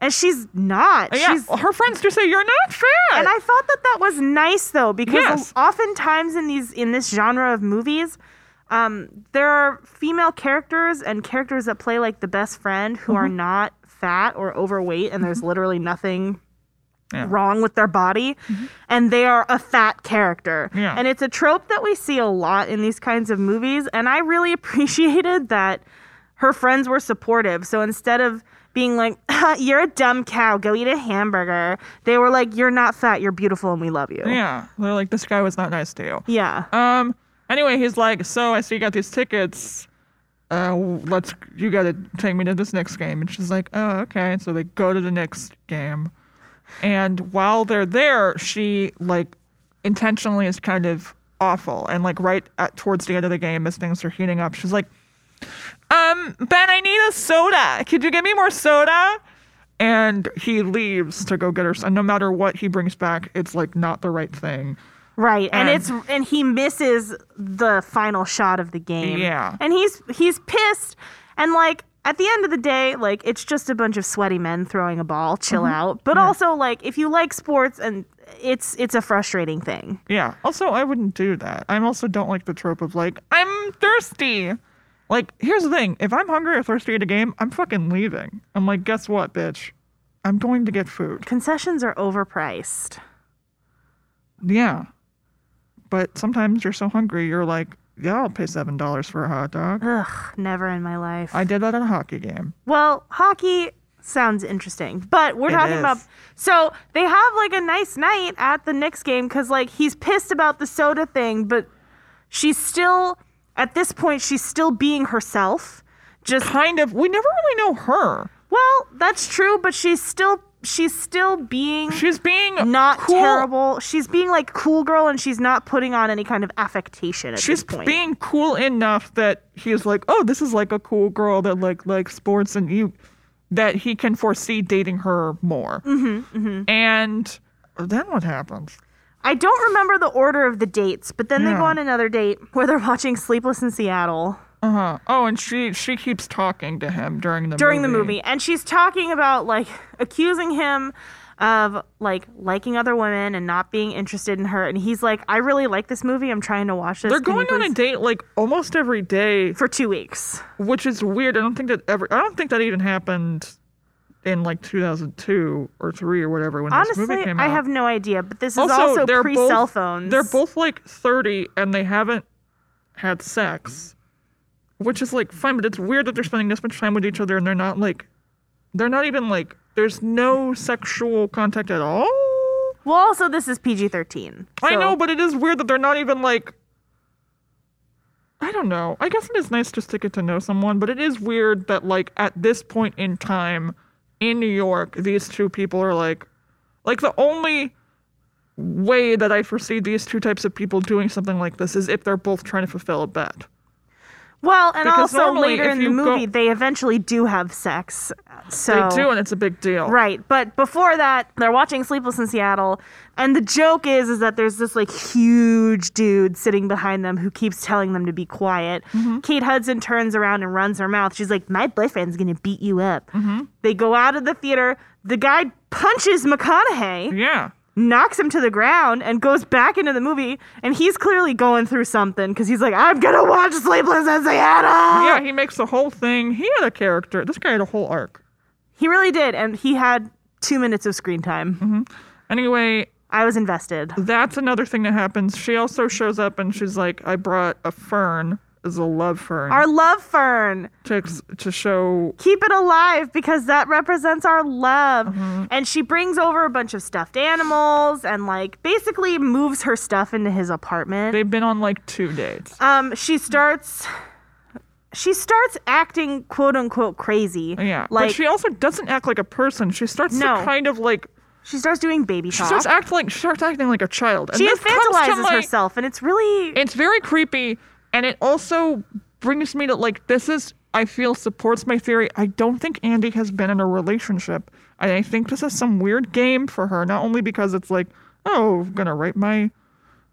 And she's not.
yeah.
She's
her friends do say you're not fat.
and I thought that that was nice though, because
Yes.
oftentimes in these in this genre of movies, um, there are female characters and characters that play like the best friend who are
Mm-hmm.
not fat or overweight, and there's literally nothing
Yeah. Mm-hmm.
wrong with their body, and they are a fat character.
Yeah.
And it's a trope that we see a lot in these kinds of movies, and I really (laughs) appreciated that her friends were supportive. So instead of being like, (laughs) "You're a dumb cow, go eat a hamburger," they were like, "You're not fat, you're beautiful, and we love you."
yeah, they're like this guy was not nice to you.
Yeah.
Um. Anyway, he's like, so I see you got these tickets. Uh, let's you got to take me to this next game, and she's like, oh, okay. So they go to the next game, and while they're there, she like intentionally is kind of awful, and like right at towards the end of the game, as things are heating up, she's like, um, Ben, I need a soda. Could you get me more soda? And he leaves to go get her. And no matter what he brings back, it's like not the right thing.
Right. And,
And-
it's and he misses the final shot of the game.
Yeah.
And he's he's pissed and like at the end of the day, like it's just a bunch of sweaty men throwing a ball, chill
Mm-hmm.
out. But also like if you like sports and it's it's a frustrating thing.
Yeah. Also, I wouldn't do that. I also don't like the trope of like, I'm thirsty. Like, here's the thing if I'm hungry or thirsty at a game, I'm fucking leaving. I'm like, guess what, bitch? I'm going to get food.
Concessions are overpriced.
Yeah. But sometimes you're so hungry, you're like, yeah, I'll pay $7 for a hot dog.
Ugh, never in my life.
I did that at a hockey game.
well, hockey Sounds interesting. But we're
It
talking
is.
about so they have like a nice night at the Knicks game because like he's pissed about the soda thing, but she's still at this point she's still being herself. Just
Kind of. We never really know her.
well, that's true, but she's still she's still being
She's being
not
cool.
terrible. She's being like cool girl and she's not putting on any kind of affectation at
She's
this point.
being cool enough that he's like, oh, this is like a cool girl that like likes sports and you, that he can foresee dating her more. Mm-hmm, And then what happens?
I don't remember the order of the dates, but then they
Yeah.
go on another date where they're watching Sleepless in Seattle.
Uh huh. Oh, and she she keeps talking to him during the
during
movie.
the movie and she's talking about like accusing him of like liking other women and not being interested in her and he's like i really like this movie i'm trying to watch this
They're
Can you
going on a
please-"
date like almost every day,
for two weeks
which is weird. I don't think that ever. I don't think that even happened in like 2002 or three or whatever when this
honestly
movie came out.
i have no idea but this is also, pre cell
both,
phones
They're both like 30 and they haven't had sex, which is like fine, but it's weird that they're spending this much time with each other and they're not like, they're not even like, there's no sexual contact at all.
well also this is pg-13
I
so-
know, but it is weird that they're not even like, I don't know. I guess it is nice just to get to know someone, but it is weird that like at this point in time in New York, these two people are like, like the only way that I foresee these two types of people doing something like this is if they're both trying to fulfill a bet.
well and
because
also
normally
later
if
in the
you go-
movie they eventually do have sex so
They do, and it's a big deal.
Right, but before that, they're watching Sleepless in Seattle, and the joke is is that there's this like huge dude sitting behind them who keeps telling them to be quiet. Kate Hudson turns around and runs her mouth. She's like, "My boyfriend's gonna beat you up." They go out of the theater. The guy punches McConaughey,
Yeah.
knocks him to the ground, and goes back into the movie. And he's clearly going through something because he's like, "I'm gonna watch Sleepless in Seattle."
Yeah, he makes the whole thing. He had a character. This guy had a whole arc.
he really did, and he had two minutes of screen time.
Anyway,
I was invested.
that's another thing that happens. She also shows up and she's like, I brought a fern as a love fern
Our love fern.
to, ex- to show.
Keep it alive because that represents our love.
Mm-hmm.
And she brings over a bunch of stuffed animals and like basically moves her stuff into his apartment.
They've been on like two dates.
Um she starts she starts acting quote unquote crazy.
Yeah.
Like
but she also doesn't act like a person. She starts
No.
to kind of like,
she starts doing baby
she
talk.
starts, act like, she starts acting like a child. And
she
this comes to
infantilizes
my-
herself and it's really
It's very creepy. And it also brings me to like, this is, I feel, supports my theory. I don't think Andy has been in a relationship. And I think this is some weird game for her, not only because it's like, oh, I'm going to write my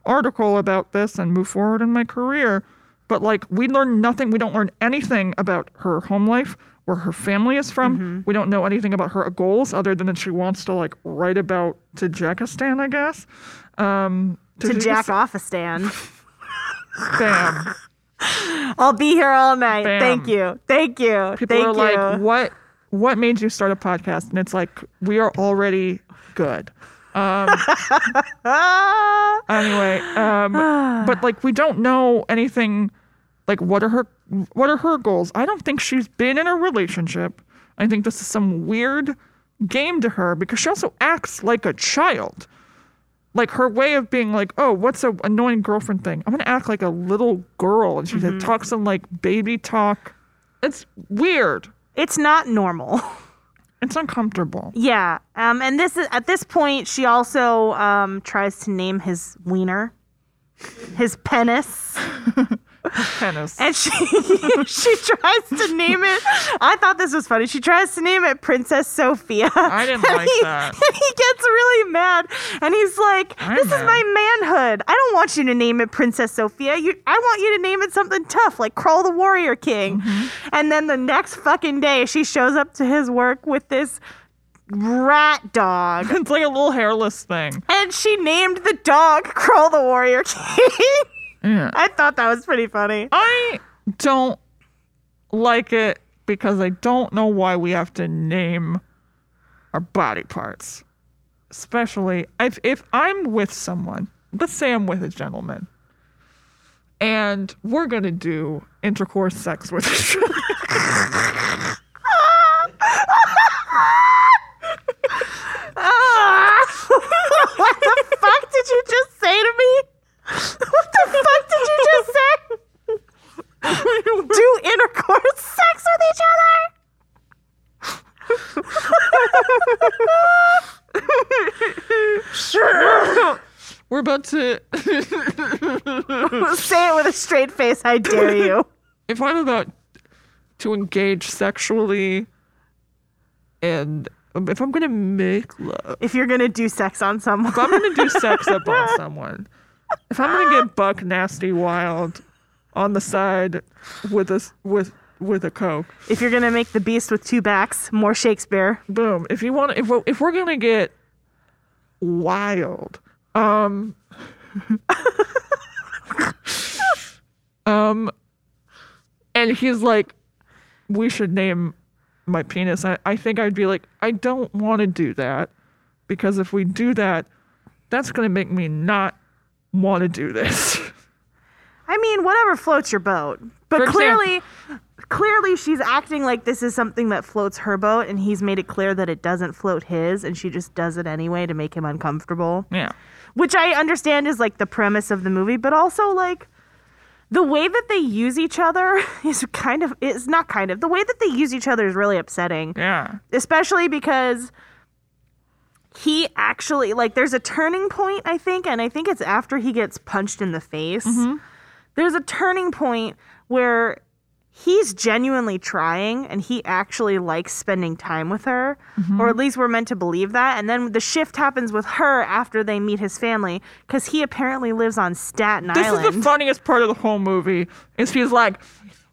article about this and move forward in my career. But like, we learn nothing. We don't learn anything about her home life, where her family is from. We don't know anything about her goals other than that she wants to like write about Tajikistan, I guess. Um,
to jack
Tajikistan.
off a
(laughs)
stand.
Bam.
I'll be here all night.
Bam.
Thank you. Thank you.
people
Thank
are
you.
like what what made you start a podcast and it's like we are already good
Ah.
anyway
(sighs)
um but like we don't know anything like what are her what are her goals i don't think she's been in a relationship i think this is some weird game to her because she also acts like a child like her way of being like oh what's a annoying girlfriend thing i'm gonna act like a little girl and she
Mm-hmm.
talks in like baby talk it's weird
It's not normal.
it's uncomfortable
Yeah. Um, and this is at this point, she also um, tries to name his wiener, his penis,
tennis.
and she (laughs) she tries to name it. I thought this was funny. She tries to name it Princess Sophia. (laughs) I
didn't like that.
And he gets really mad, and he's like,
I'm
"This is
mad.
my manhood. I don't want you to name it Princess Sophia. You, I want you to name it something tough, like Crawl the Warrior King."
Mm-hmm.
And then the next fucking day, she shows up to his work with this rat dog.
(laughs) It's like a little hairless thing.
And she named the dog Crawl the Warrior King.
Yeah.
I thought that was pretty funny.
I don't like it because I don't know why we have to name our body parts. Especially if if I'm with someone, let's say I'm with a gentleman, and we're gonna do (laughs) intercourse sex with each other.
Ah! (laughs)
We're about to. (laughs)
Say it with a straight face. I dare you.
if I'm about to engage sexually, and um, if I'm gonna make love,
If you're gonna do sex on someone,
if I'm gonna do sex up on someone, if I'm gonna get buck nasty wild on the side with a s- with with a coke,
if you're gonna make the beast with two backs, more Shakespeare.
boom. If you want, if we're, if we're gonna get wild, um, (laughs) um, and he's like, we should name my penis. I, I think I'd be like, I don't want to do that because if we do that, that's gonna make me not want to do this. (laughs)
I mean, whatever floats your boat. But
For
clearly, clearly she's acting like this is something that floats her boat, and he's made it clear that it doesn't float his, and she just does it anyway to make him uncomfortable.
yeah.
Which I understand is like the premise of the movie, but also like the way that they use each other (laughs) is kind of is not kind of the way that they use each other is really upsetting
Yeah.
especially because he actually like there's a turning point i think and i think it's after he gets punched in the face
Mm-hmm.
there's a turning point where he's genuinely trying and he actually likes spending time with her
Mm-hmm.
or at least we're meant to believe that and then the shift happens with her after they meet his family because he apparently lives on staten
This
island
is the funniest part of the whole movie. Is she's like,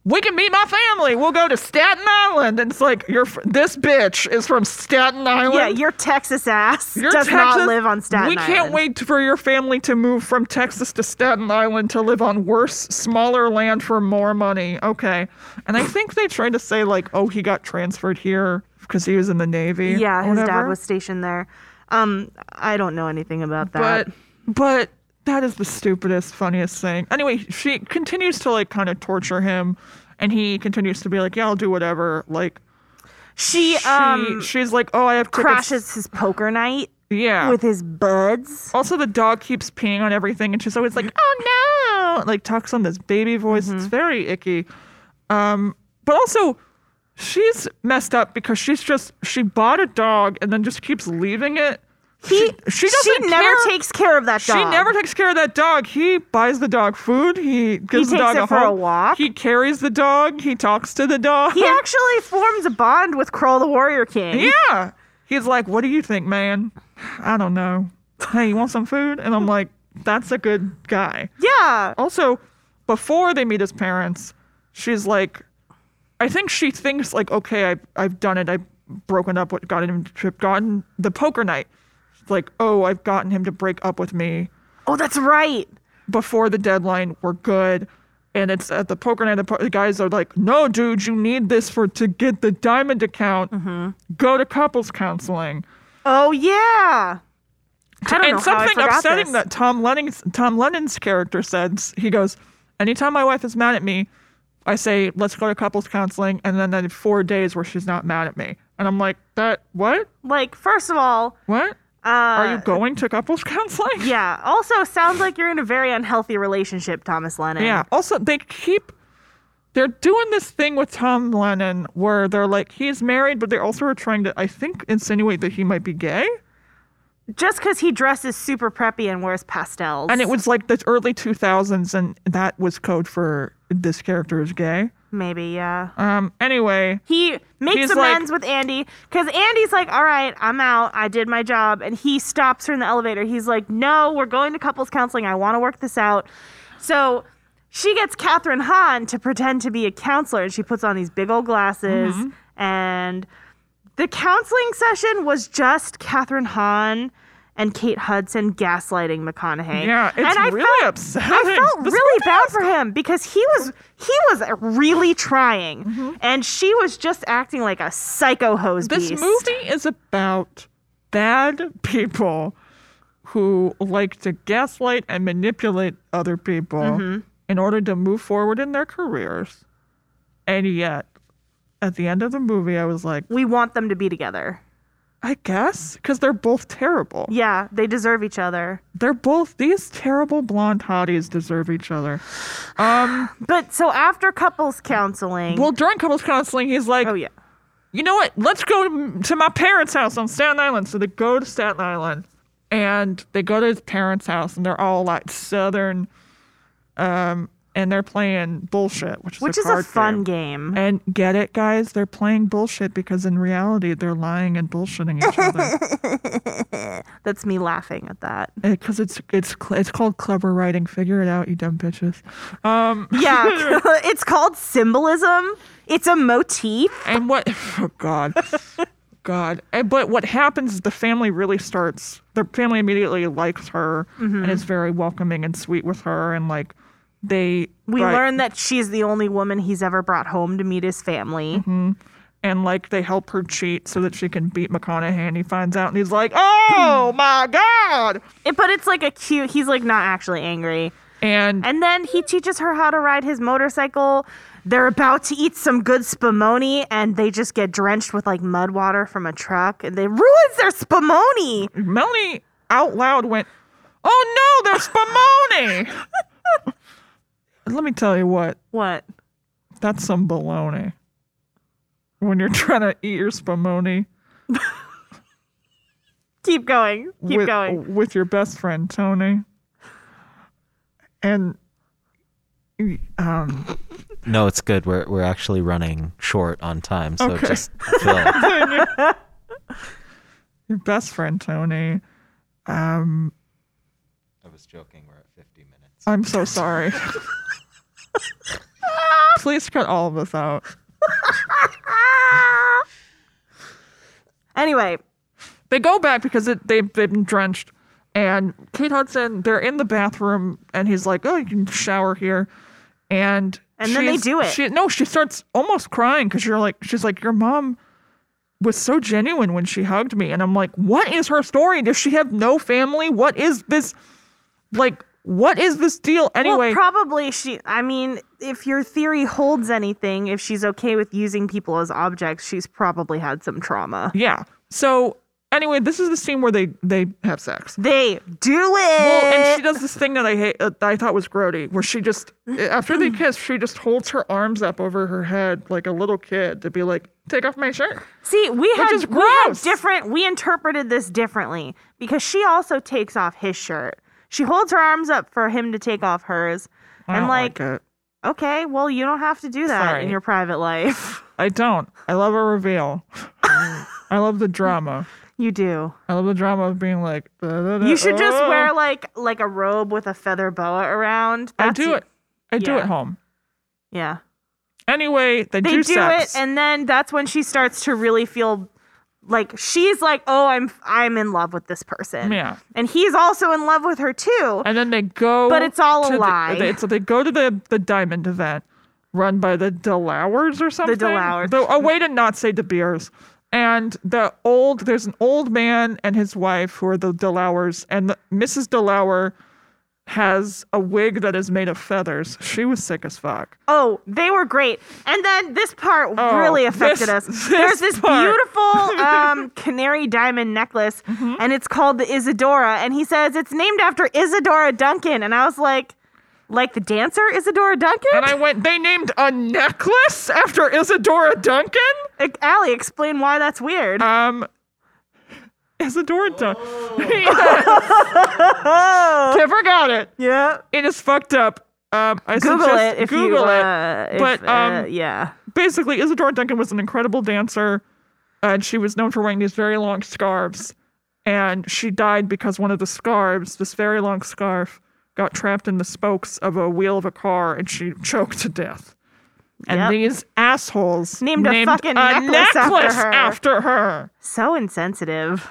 "We can meet my family. We'll go to Staten Island." And it's like, "You're fr- this bitch is from Staten Island."
yeah your texas ass
You're
does
Texas-
not live on staten
We
island
can't wait for your family to move from Texas to Staten Island to live on worse, smaller land for more money. Okay. And I think they tried to say like, "Oh, he got transferred here because he was in the Navy."
Yeah,
or
his dad
whatever.
was stationed there. Um, I don't know anything about that.
but but that is the stupidest funniest thing anyway she continues to like kind of torture him and he continues to be like yeah i'll do whatever like
she
she,
um
she's like oh i have tickets."
crashes his poker night
yeah
with his buds.
also the dog keeps peeing on everything and she's always
Mm-hmm.
like oh no like talks on this baby voice it's very icky um but also she's messed up because she's just she bought a dog and then just keeps leaving it
He
she doesn't
never
care.
takes care of that dog.
She never takes care of that dog. He buys the dog food. He gives the
takes
dog
it
a
for a
home.
walk.
He carries the dog. He talks to the dog.
he actually forms a bond with Kroll the Warrior King.
(laughs) yeah. He's like, "What do you think, man? I don't know. Hey, you want some food?" And I'm like, "That's a good guy."
Yeah.
Also, before they meet his parents, she's like, I think she thinks like, okay, I've I've done it. I've broken up with gotten him to gotten the poker night. It's like, oh, I've gotten him to break up with me.
Oh, that's right.
before the deadline were good. And it's at the poker night. The, po- the guys are like, "No, dude, you need this for to get the diamond account.
Mm-hmm.
Go to couples counseling."
Oh yeah. I don't
and
know
something
how I forgot
upsetting
this.
that Tom Lennon's Tom Lennon's character says, he goes, "Anytime my wife is mad at me, I say let's go to couples counseling." And then then four days where she's not mad at me, and I'm like, "That what?
Like, first of all,
What?
uh,
Are you going to couples counseling?"
yeah. Also, sounds like you're in a very unhealthy relationship, Thomas Lennon.
Yeah. Um, Also, they keep they're doing this thing with Tom Lennon where they're like he's married, but they also are trying to I think insinuate that he might be gay.
Just because he dresses super preppy and wears pastels.
And it was like the early 2000s, and that was code for this character is gay.
maybe yeah.
Um. Anyway,
He makes
He's like-
amends with Andy because Andy's like, "All right, I'm out. I did my job." And he stops her in the elevator. He's like, "No, we're going to couples counseling. I want to work this out." So she gets Catherine Hahn to pretend to be a counselor, and she puts on these big old glasses.
Mm-hmm.
And the counseling session was just Catherine Hahn and Kate Hudson gaslighting McConaughey.
yeah, it's
and I
really
felt
upsetting.
I felt
This
really bad for him because he was he was really trying, and she was just acting like a psycho hose
Mm-hmm. This
beast.
movie is about bad people who like to gaslight and manipulate other people in order to move forward in their careers. And yet, at the end of the movie, I was like,
we want them to be together.
I guess, because they're both terrible.
Yeah, they deserve each other.
They're both, these terrible blonde hotties deserve each other.
But so after couples counseling,
Well, during couples counseling, he's like,
oh yeah,
you know what? Let's go to my parents' house on Staten Island. So they go to Staten Island, and they go to his parents' house, and they're all like Southern, um, and they're playing bullshit, which is
which
a
is a
card
fun game.
And get it, guys? They're playing bullshit because in reality, they're lying and bullshitting each other.
(laughs) That's me laughing at that.
Because it's it's cl- it's called clever writing. Figure it out, you dumb bitches. Um, (laughs)
Yeah, (laughs) it's called symbolism. It's a motif.
and what? (laughs) Oh God, God. And, but what happens is the family really starts. The family immediately likes her
Mm-hmm.
and is very welcoming and sweet with her, and like they
We
right,
learn that she's the only woman he's ever brought home to meet his family.
Mm-hmm. and like they help her cheat so that she can beat McConaughey. And he finds out, and he's like,
(laughs)
"Oh my God!"
It- but it's like a cute. He's like not actually angry.
And
And then he teaches her how to ride his motorcycle. They're about to eat some good spumoni and they just get drenched with like mud water from a truck and they ruins their spumoni.
Melanie out loud went, "Oh no, there's
(laughs)
Spumoni!" Let me tell you what,
What?
that's some baloney. When you're trying to eat your Spumoni
Keep going. Keep
with,
going.
with your best friend Tony, and
(laughs)
um,
No, it's good. We're we're actually running short on time, so
Okay.
just fill.
(laughs) your best friend Tony,
I was joking. We're at 50 minutes.
I'm
(laughs)
so sorry. Please cut all of this out.
Anyway,
they go back because it, they've been drenched. And Kate Hudson, they're in the bathroom, and he's like, "Oh, you can shower here," and
And then they
she's-
do it.
She, no, she starts almost crying because you're like, she's like, "Your mom was so genuine when she hugged me," and I'm like, "What is her story? Does she have no family? What is this? Like, what is this deal
well,
anyway?"
probably she. I mean, if your theory holds anything, if she's okay with using people as objects, she's probably had some trauma.
yeah. So anyway, this is the scene where they they have sex.
They do it.
Well, Oh,
Eh.
and she does this thing that I hate, uh, that I thought was grody, where she just eh, after
(laughs)
they kiss, she just holds her arms up over her head like a little kid to be like, "Take off my shirt."
See, we had,
is
we had
gross.
different. We interpreted this differently because she also takes off his shirt. She holds her arms up for him to take off hers,
I
and
don't
like,
it.
okay, well, you don't have to do that in
Sorry.
your private life. (laughs)
I don't. I love a reveal. I love the drama.
You do.
I love the drama of being like. "Da, da, da,
You should just
oh."
wear like like a robe with a feather boa around.
I
That's
do it. I do
yeah.
at home.
Yeah,
Anyway, they,
they do,
do, sex.
it, and then that's when she starts to really feel like she's like, oh, I'm I'm in love with this person.
yeah,
and he's also in love with her too.
and then they go.
But it's all a
to the-
lie.
they- so they go to the the diamond event run by the Delowers or something.
Delowers.
The- a way to not say De Beers. And the old there's an old man and his wife who are the Delowers, and the, Mrs. Delower has a wig that is made of feathers. She was sick as fuck.
Oh, they were great. And then this part
Oh,
really affected us.
this- this
There's this
part. (laughs)
beautiful um, canary diamond necklace,
Mm-hmm.
and it's called the Isadora. And he says it's named after Isadora Duncan. And I was like, like the dancer Isadora Duncan?
And I went, they named a necklace after Isadora Duncan?
Like, Allie, explain why that's weird.
Um Isadora (laughs) Duncan.
(laughs) oh,
Never got it.
yeah.
It is fucked up. Um, I
Google
suggest
it if
Google
you.
it.
Uh, if,
But,
uh,
um,
yeah.
basically, Isadora Duncan was an incredible dancer, and she was known for wearing these very long scarves. And she died because one of the scarves, this very long scarf, got trapped in the spokes of a wheel of a car, and she choked to death. And
Yep.
these assholes
Named a fucking necklace after
necklace
her.
after her.
So insensitive.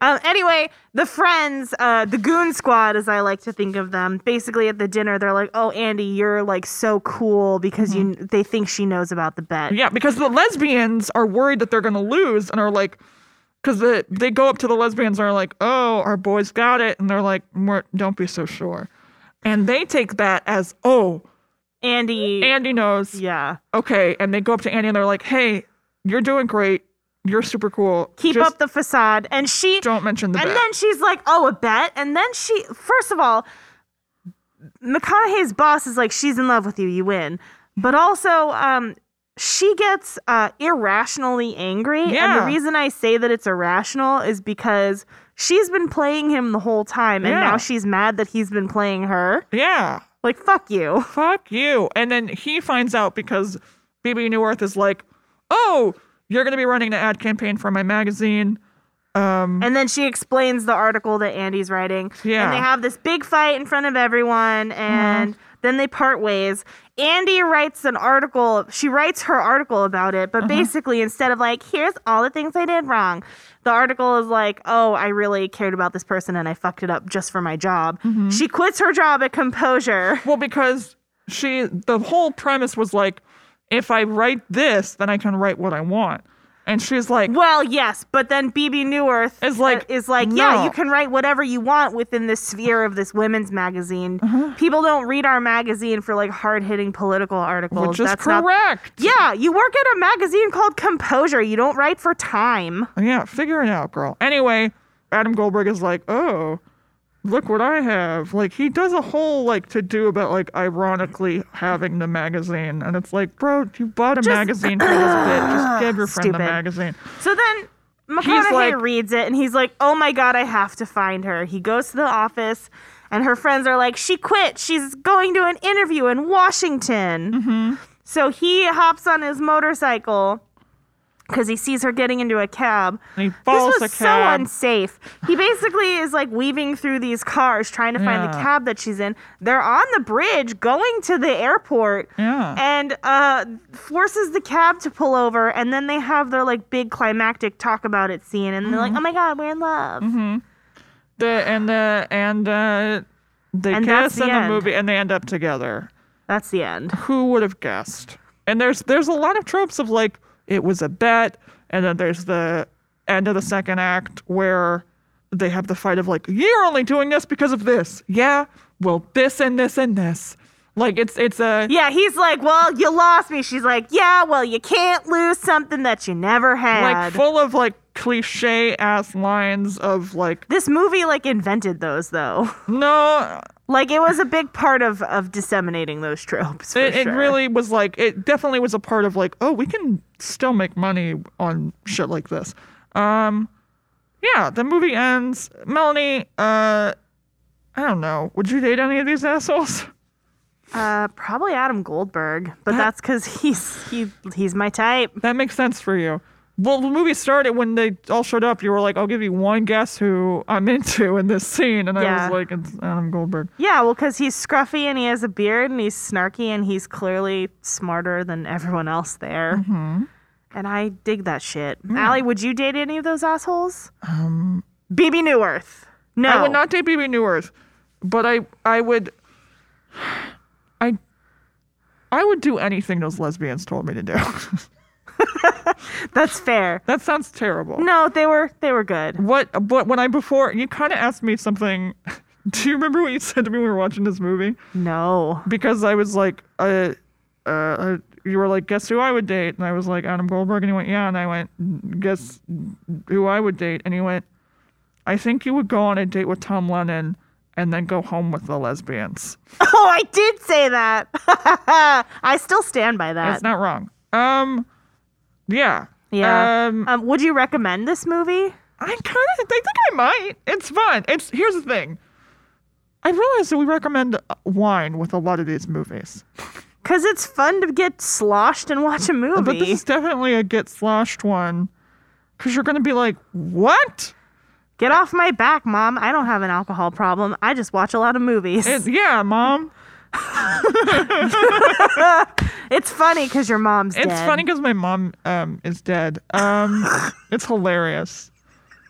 Um, anyway, the friends, uh, the goon squad, as I like to think of them, basically at the dinner, they're like, "Oh, Andy, you're like so cool because you." They think she knows about the bet.
Mm-hmm. Yeah, because the lesbians are worried that they're going to lose and are like, because the, they go up to the lesbians and are like, oh, our boys got it. And they're like, "We're- don't be so sure. And they take that as, oh,
Andy,
Andy knows.
yeah,
Okay. And they go up to Andy and they're like, hey, you're doing great. You're super cool.
keep
Just
up the facade, and she,
Don't mention the
and
bet.
then she's like, "Oh, a bet," and then she, first of all, McConaughey's boss is like, "She's in love with you, you win," but also, um. She gets uh, irrationally angry, and the
Yeah.
reason I say that it's irrational is because she's been playing him the whole time, and
Yeah.
now she's mad that he's been playing her.
Yeah.
Like, fuck you.
fuck you. And then he finds out because BB New Earth is like, oh, you're going to be running an ad campaign for my magazine.
And then she explains the article that Andy's writing.
Yeah.
And they have this big fight in front of everyone, and then they part ways. Andy writes an article. She writes her article about it, but basically, instead of like, here's all the things I did wrong, the article is like, oh, I really cared about this person and I fucked it up just for my job. She quits her job at Composure.
Well, because she, the whole premise was like, if I write this, then I can write what I want. And she's like,
Well, yes, but then BB New Earth uh,
Is like,
is like, yeah,
no.
you can write whatever you want within the sphere of this women's magazine.
Mm-hmm.
People don't read our magazine for like hard hitting political articles.
which is
That's not-
correct.
yeah, you work at a magazine called Composure. You don't write for Time.
yeah, figure it out, girl. Anyway, Adam Goldberg is like, oh, look what I have. Like, he does a whole, like, to do about, like, ironically having the magazine. And it's like, bro, you bought
(clears throat)
a magazine for this bitch. Just give your friend
Stupid.
the magazine.
So then McConaughey
like-
reads it and he's like, oh my God, I have to find her. He goes to the office and her friends are like, she quit. She's going to an interview in Washington. So he hops on his motorcycle because he sees her getting into a cab.
And he falls
this was
a
so
cab.
unsafe. He basically is like weaving through these cars trying to find the
Yeah.
cab that she's in. They're on the bridge going to the airport
Yeah.
and uh, forces the cab to pull over. And then they have their like big climactic talk about it scene. And they're like,
Mm-hmm.
oh my God, we're in love.
the and the and uh, they
And that's
kiss
the
in
end.
the movie and they end up together.
That's the end.
Who would have guessed? And there's there's a lot of tropes of like it was a bet, and then there's the end of the second act where they have the fight of like you're only doing this because of this. Yeah, well this and this and this. Like it's it's a
Yeah, he's like, well, you lost me. She's like, yeah, well, you can't lose something that you never
like
had.
full of like cliche ass lines of like
this movie like invented those though. (laughs)
no
Like it was a big part of of disseminating those tropes. for
it, it
sure.
really was like it definitely was a part of like oh we can still make money on shit like this um yeah the movie ends melanie uh i don't know would you date any of these assholes (laughs)
uh, probably Adam Goldberg, but that's because he's he he's my type.
that makes sense for you well the movie started when they all showed up you were like i'll give you one guess who i'm (laughs) into in this scene and
Yeah.
i was like it's adam goldberg
Yeah, well, because he's scruffy and he has a beard and he's snarky and he's clearly smarter than everyone else there.
Mm-hmm.
And I dig that shit. Allie, would you date any of those assholes? Um, BB New Earth. No,
I would not date BB New Earth, but I I would (sighs) I I would do anything those lesbians told me to do. (laughs)
That's fair.
that sounds terrible.
No, they were they were good.
What but when I before you kind of asked me something (laughs) do you remember what you said to me when we were watching this movie?
No, (laughs)
Because I was like uh uh you were like guess who I would date and I was like Adam Goldberg and you went yeah and I went guess who I would date and he went I think you would go on a date with Tom Lennon and then go home with the lesbians.
oh, I did say that. (laughs) I still stand by that.
That's not wrong. Um, yeah.
yeah.
Um,
um, would you recommend this movie?
I kind of think I might. It's fun. It's here's the thing. I realize that we recommend uh, wine with a lot of these movies,
Because it's fun to get sloshed and watch a movie.
but this is definitely a get sloshed one because you're going to be like, what?
Get off my back, mom. I don't have an alcohol problem. I just watch a lot of movies.
It, yeah, mom.
it's funny because your mom's
It's
dead.
funny because my mom um, is dead. (laughs) Um, it's hilarious.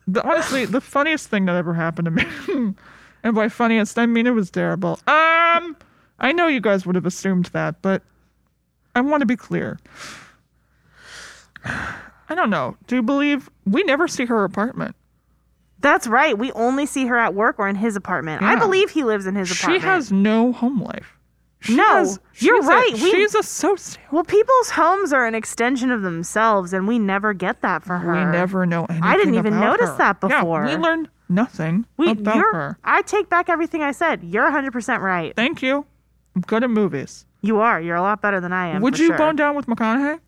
The, honestly, the funniest thing that ever happened to me, (laughs) and by funniest, I mean it was terrible. Um, I know you guys would have assumed that, but I want to be clear. I don't know. Do you believe we never see her apartment?
That's right. We only see her at work or in his apartment. I
Yeah.
believe he lives in his
She
apartment.
has no home life. She
No,
has-
you're
she's a-
right. We-
she's a sociopath.
Well, people's homes are an extension of themselves, and we never get that for her.
We never know anything.
didn't even
about
notice
her.
that
Yeah,
before.
we learned nothing
We,
about
you're,
her.
I take back everything I said. You're 100% right.
Thank you. I'm good at movies.
You are. You're a lot better than I am.
Would
for
you
sure.
bone down with McConaughey?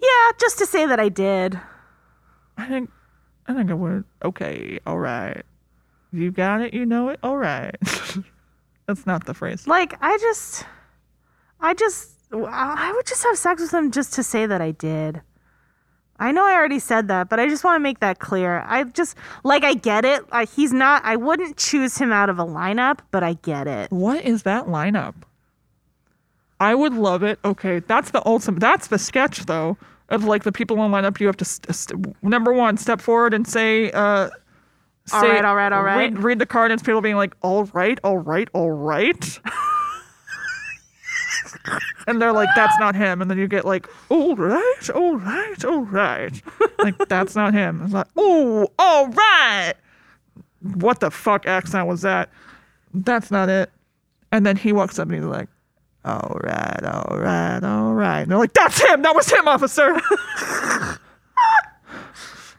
Yeah, just to say that I did.
I think I think I would. Okay, all right. You got it, you know it. All right. (laughs) That's not the phrase.
Like I just, I just, I I would just have sex with him just to say that I did. I know I already said that, but I just want to make that clear. I just like I get it. I, he's not. I wouldn't choose him out of a lineup, but I get it.
What is that lineup? I would love it. Okay, that's the ultimate. That's the sketch, though, of like the people in the lineup. You have to st- st- number one step forward and say, uh, say,
All right, all right, all right.
Read, read the card, and it's people being like, "All right, all right,
(laughs)
all right," and they're like, "That's not him." And then you get like, "All right, all right, all right," like that's not him. It's like, "Oh, all right." What the fuck accent was that? That's not it. And then he walks up and he's like, all right, all right, all right. And they're like, that's him. That was him, officer. (laughs)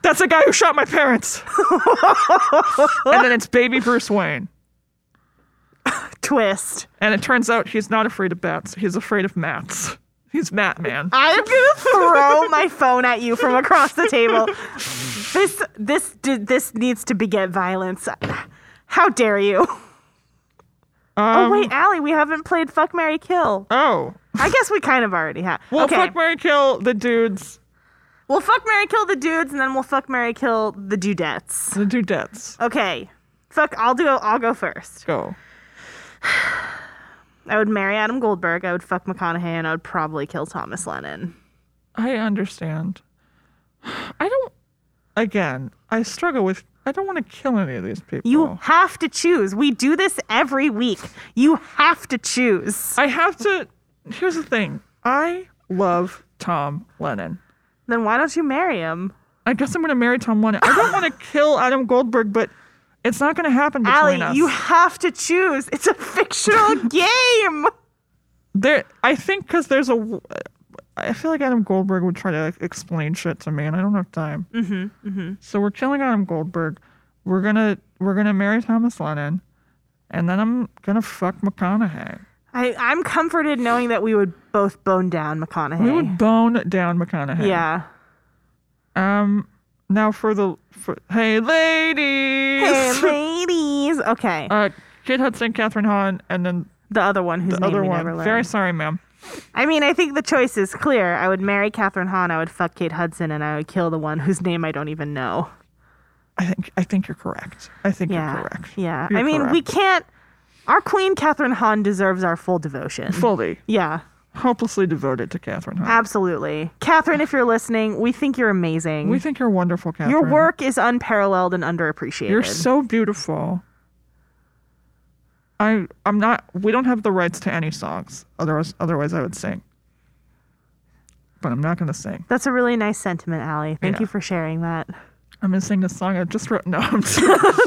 that's the guy who shot my parents. (laughs) and then it's baby Bruce Wayne.
Twist.
And it turns out he's not afraid of bats. He's afraid of mats. He's Mat Man.
I'm gonna
(laughs)
throw my phone at you from across the table. This this did this needs to beget violence. How dare you? oh
Um.
wait, Allie, we haven't played Fuck Mary Kill.
Oh.
I guess we kind of already have.
Well,
okay,
fuck Mary Kill the dudes,
we'll fuck Mary Kill the dudes, and then we'll fuck Mary Kill the dudettes.
the dudettes.
Okay, fuck. I'll do. I'll go first.
Go.
I would marry Adam Goldberg. I would fuck McConaughey, and I would probably kill Thomas Lennon.
I understand. I don't. Again, I struggle with. I don't want to kill any of these people.
You have to choose. We do this every week. You have to choose.
I have to. Here's the thing. I love Tom Lennon.
Then why don't you marry him?
I guess I'm going to marry Tom Lennon. I
(laughs)
don't want to kill Adam Goldberg, but it's not going to happen between
Allie,
us.
you have to choose. It's a (laughs)
(laughs)
fictional game.
there, I think because there's a. w- I feel like Adam Goldberg would try to like, explain shit to me, and I don't have time. Mm-hmm, mm-hmm. So we're killing Adam Goldberg. We're gonna we're gonna marry Thomas Lennon, and then I'm gonna fuck McConaughey.
I, I'm comforted knowing that we would both bone down McConaughey.
We would bone down McConaughey. (laughs)
yeah.
Um. Now for the for, hey ladies.
Hey, ladies. Okay.
Uh, Kate Hudson, Catherine Hahn, and then
the other one whose
the
name
other
we never
one.
learned.
Very sorry, ma'am.
I mean, I think the choice is clear. I would marry Catherine Hahn, I would fuck Kate Hudson, and I would kill the one whose name I don't even know.
I think I think you're correct. I think
Yeah.
you're correct.
Yeah.
You're
I mean, we
correct.
can't. Our queen, Catherine Hahn, deserves our full devotion.
fully
yeah,
hopelessly devoted to Catherine
Um,
Hahn.
absolutely. Catherine, if you're listening, we think you're amazing.
we think you're wonderful, Catherine.
Your work is unparalleled and underappreciated.
You're so beautiful. I I'm not. We don't have the rights to any songs. Otherwise, otherwise I would sing. But I'm not gonna sing.
That's a really nice sentiment, Allie. Thank
Yeah.
you for sharing that. (laughs)
I'm gonna sing the song I just wrote. No, I'm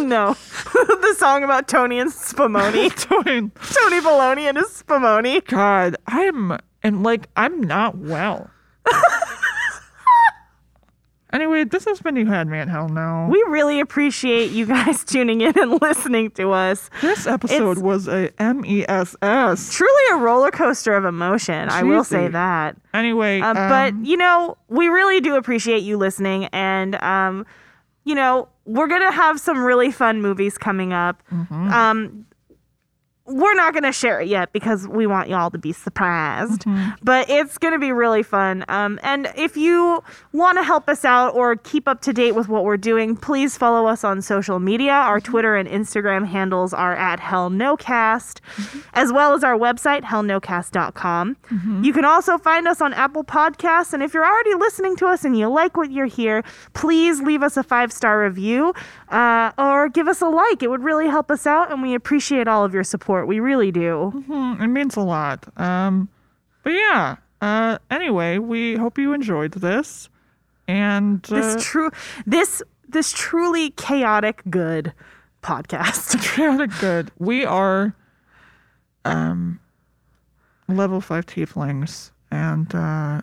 no, (laughs) the song about Tony and
(laughs)
Spumoni.
doing.
Tony Baloney and his Spumoni.
God, I'm and like I'm not (laughs) well. anyway, this has been you had me at hell now.
We really appreciate you guys (laughs) tuning in and listening to us.
this episode
it's-
was a M E S S.
Truly a roller coaster of emotion. I will say
Jeezy.
that.
Anyway,
Um,
um,
but you know, we really do appreciate you listening, and um, you know, we're gonna have some really fun movies coming up. Um, we're not gonna share it yet because we want y'all to be surprised, but it's gonna be really fun. Um, and if you want to help us out or keep up to date with what we're doing, please follow us on social media. Our Twitter and Instagram handles are at HellNoCast, as well as our website, hellnocast.com. You can also find us on Apple Podcasts. And if you're already listening to us and you like what you're here, please leave us a five star review uh, or give us a like. It would really help us out, and we appreciate all of your support. We really do.
mm, it means a lot. Um, but yeah. Uh, anyway, we hope you enjoyed this, and uh, (laughs)
This true, this this truly chaotic good podcast. (laughs)
chaotic good. We are, um, level five tieflings, and uh,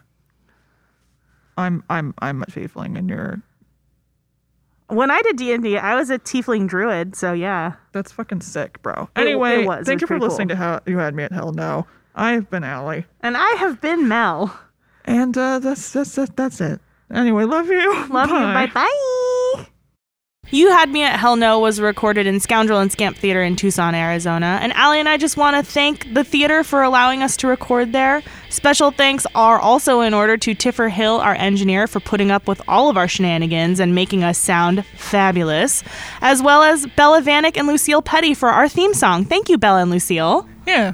I'm I'm I'm a tiefling, and you're
when I did D and I was a tiefling druid, so yeah.
that's fucking sick, bro.
It-
Anyway,
it was. It
thank
was
you for
pretty
listening
cool.
to how you had me at hell. No, I've been Allie,
And I have been Mel.
and
(laughs)
(laughs) uh, that's that's that's that's it. Anyway, love you.
Love you. Bye bye. You Had Me at Hell No was recorded in Scoundrel and Scamp Theater in Tucson, Arizona. And Allie and I just want to thank the theater for allowing us to record there. Special thanks are also in order to Tiffer Hill, our engineer, for putting up with all of our shenanigans and making us sound fabulous, as well as Bella Vanek and Lucille Petty for our theme song. Thank you, Bella and Lucille.
Yeah.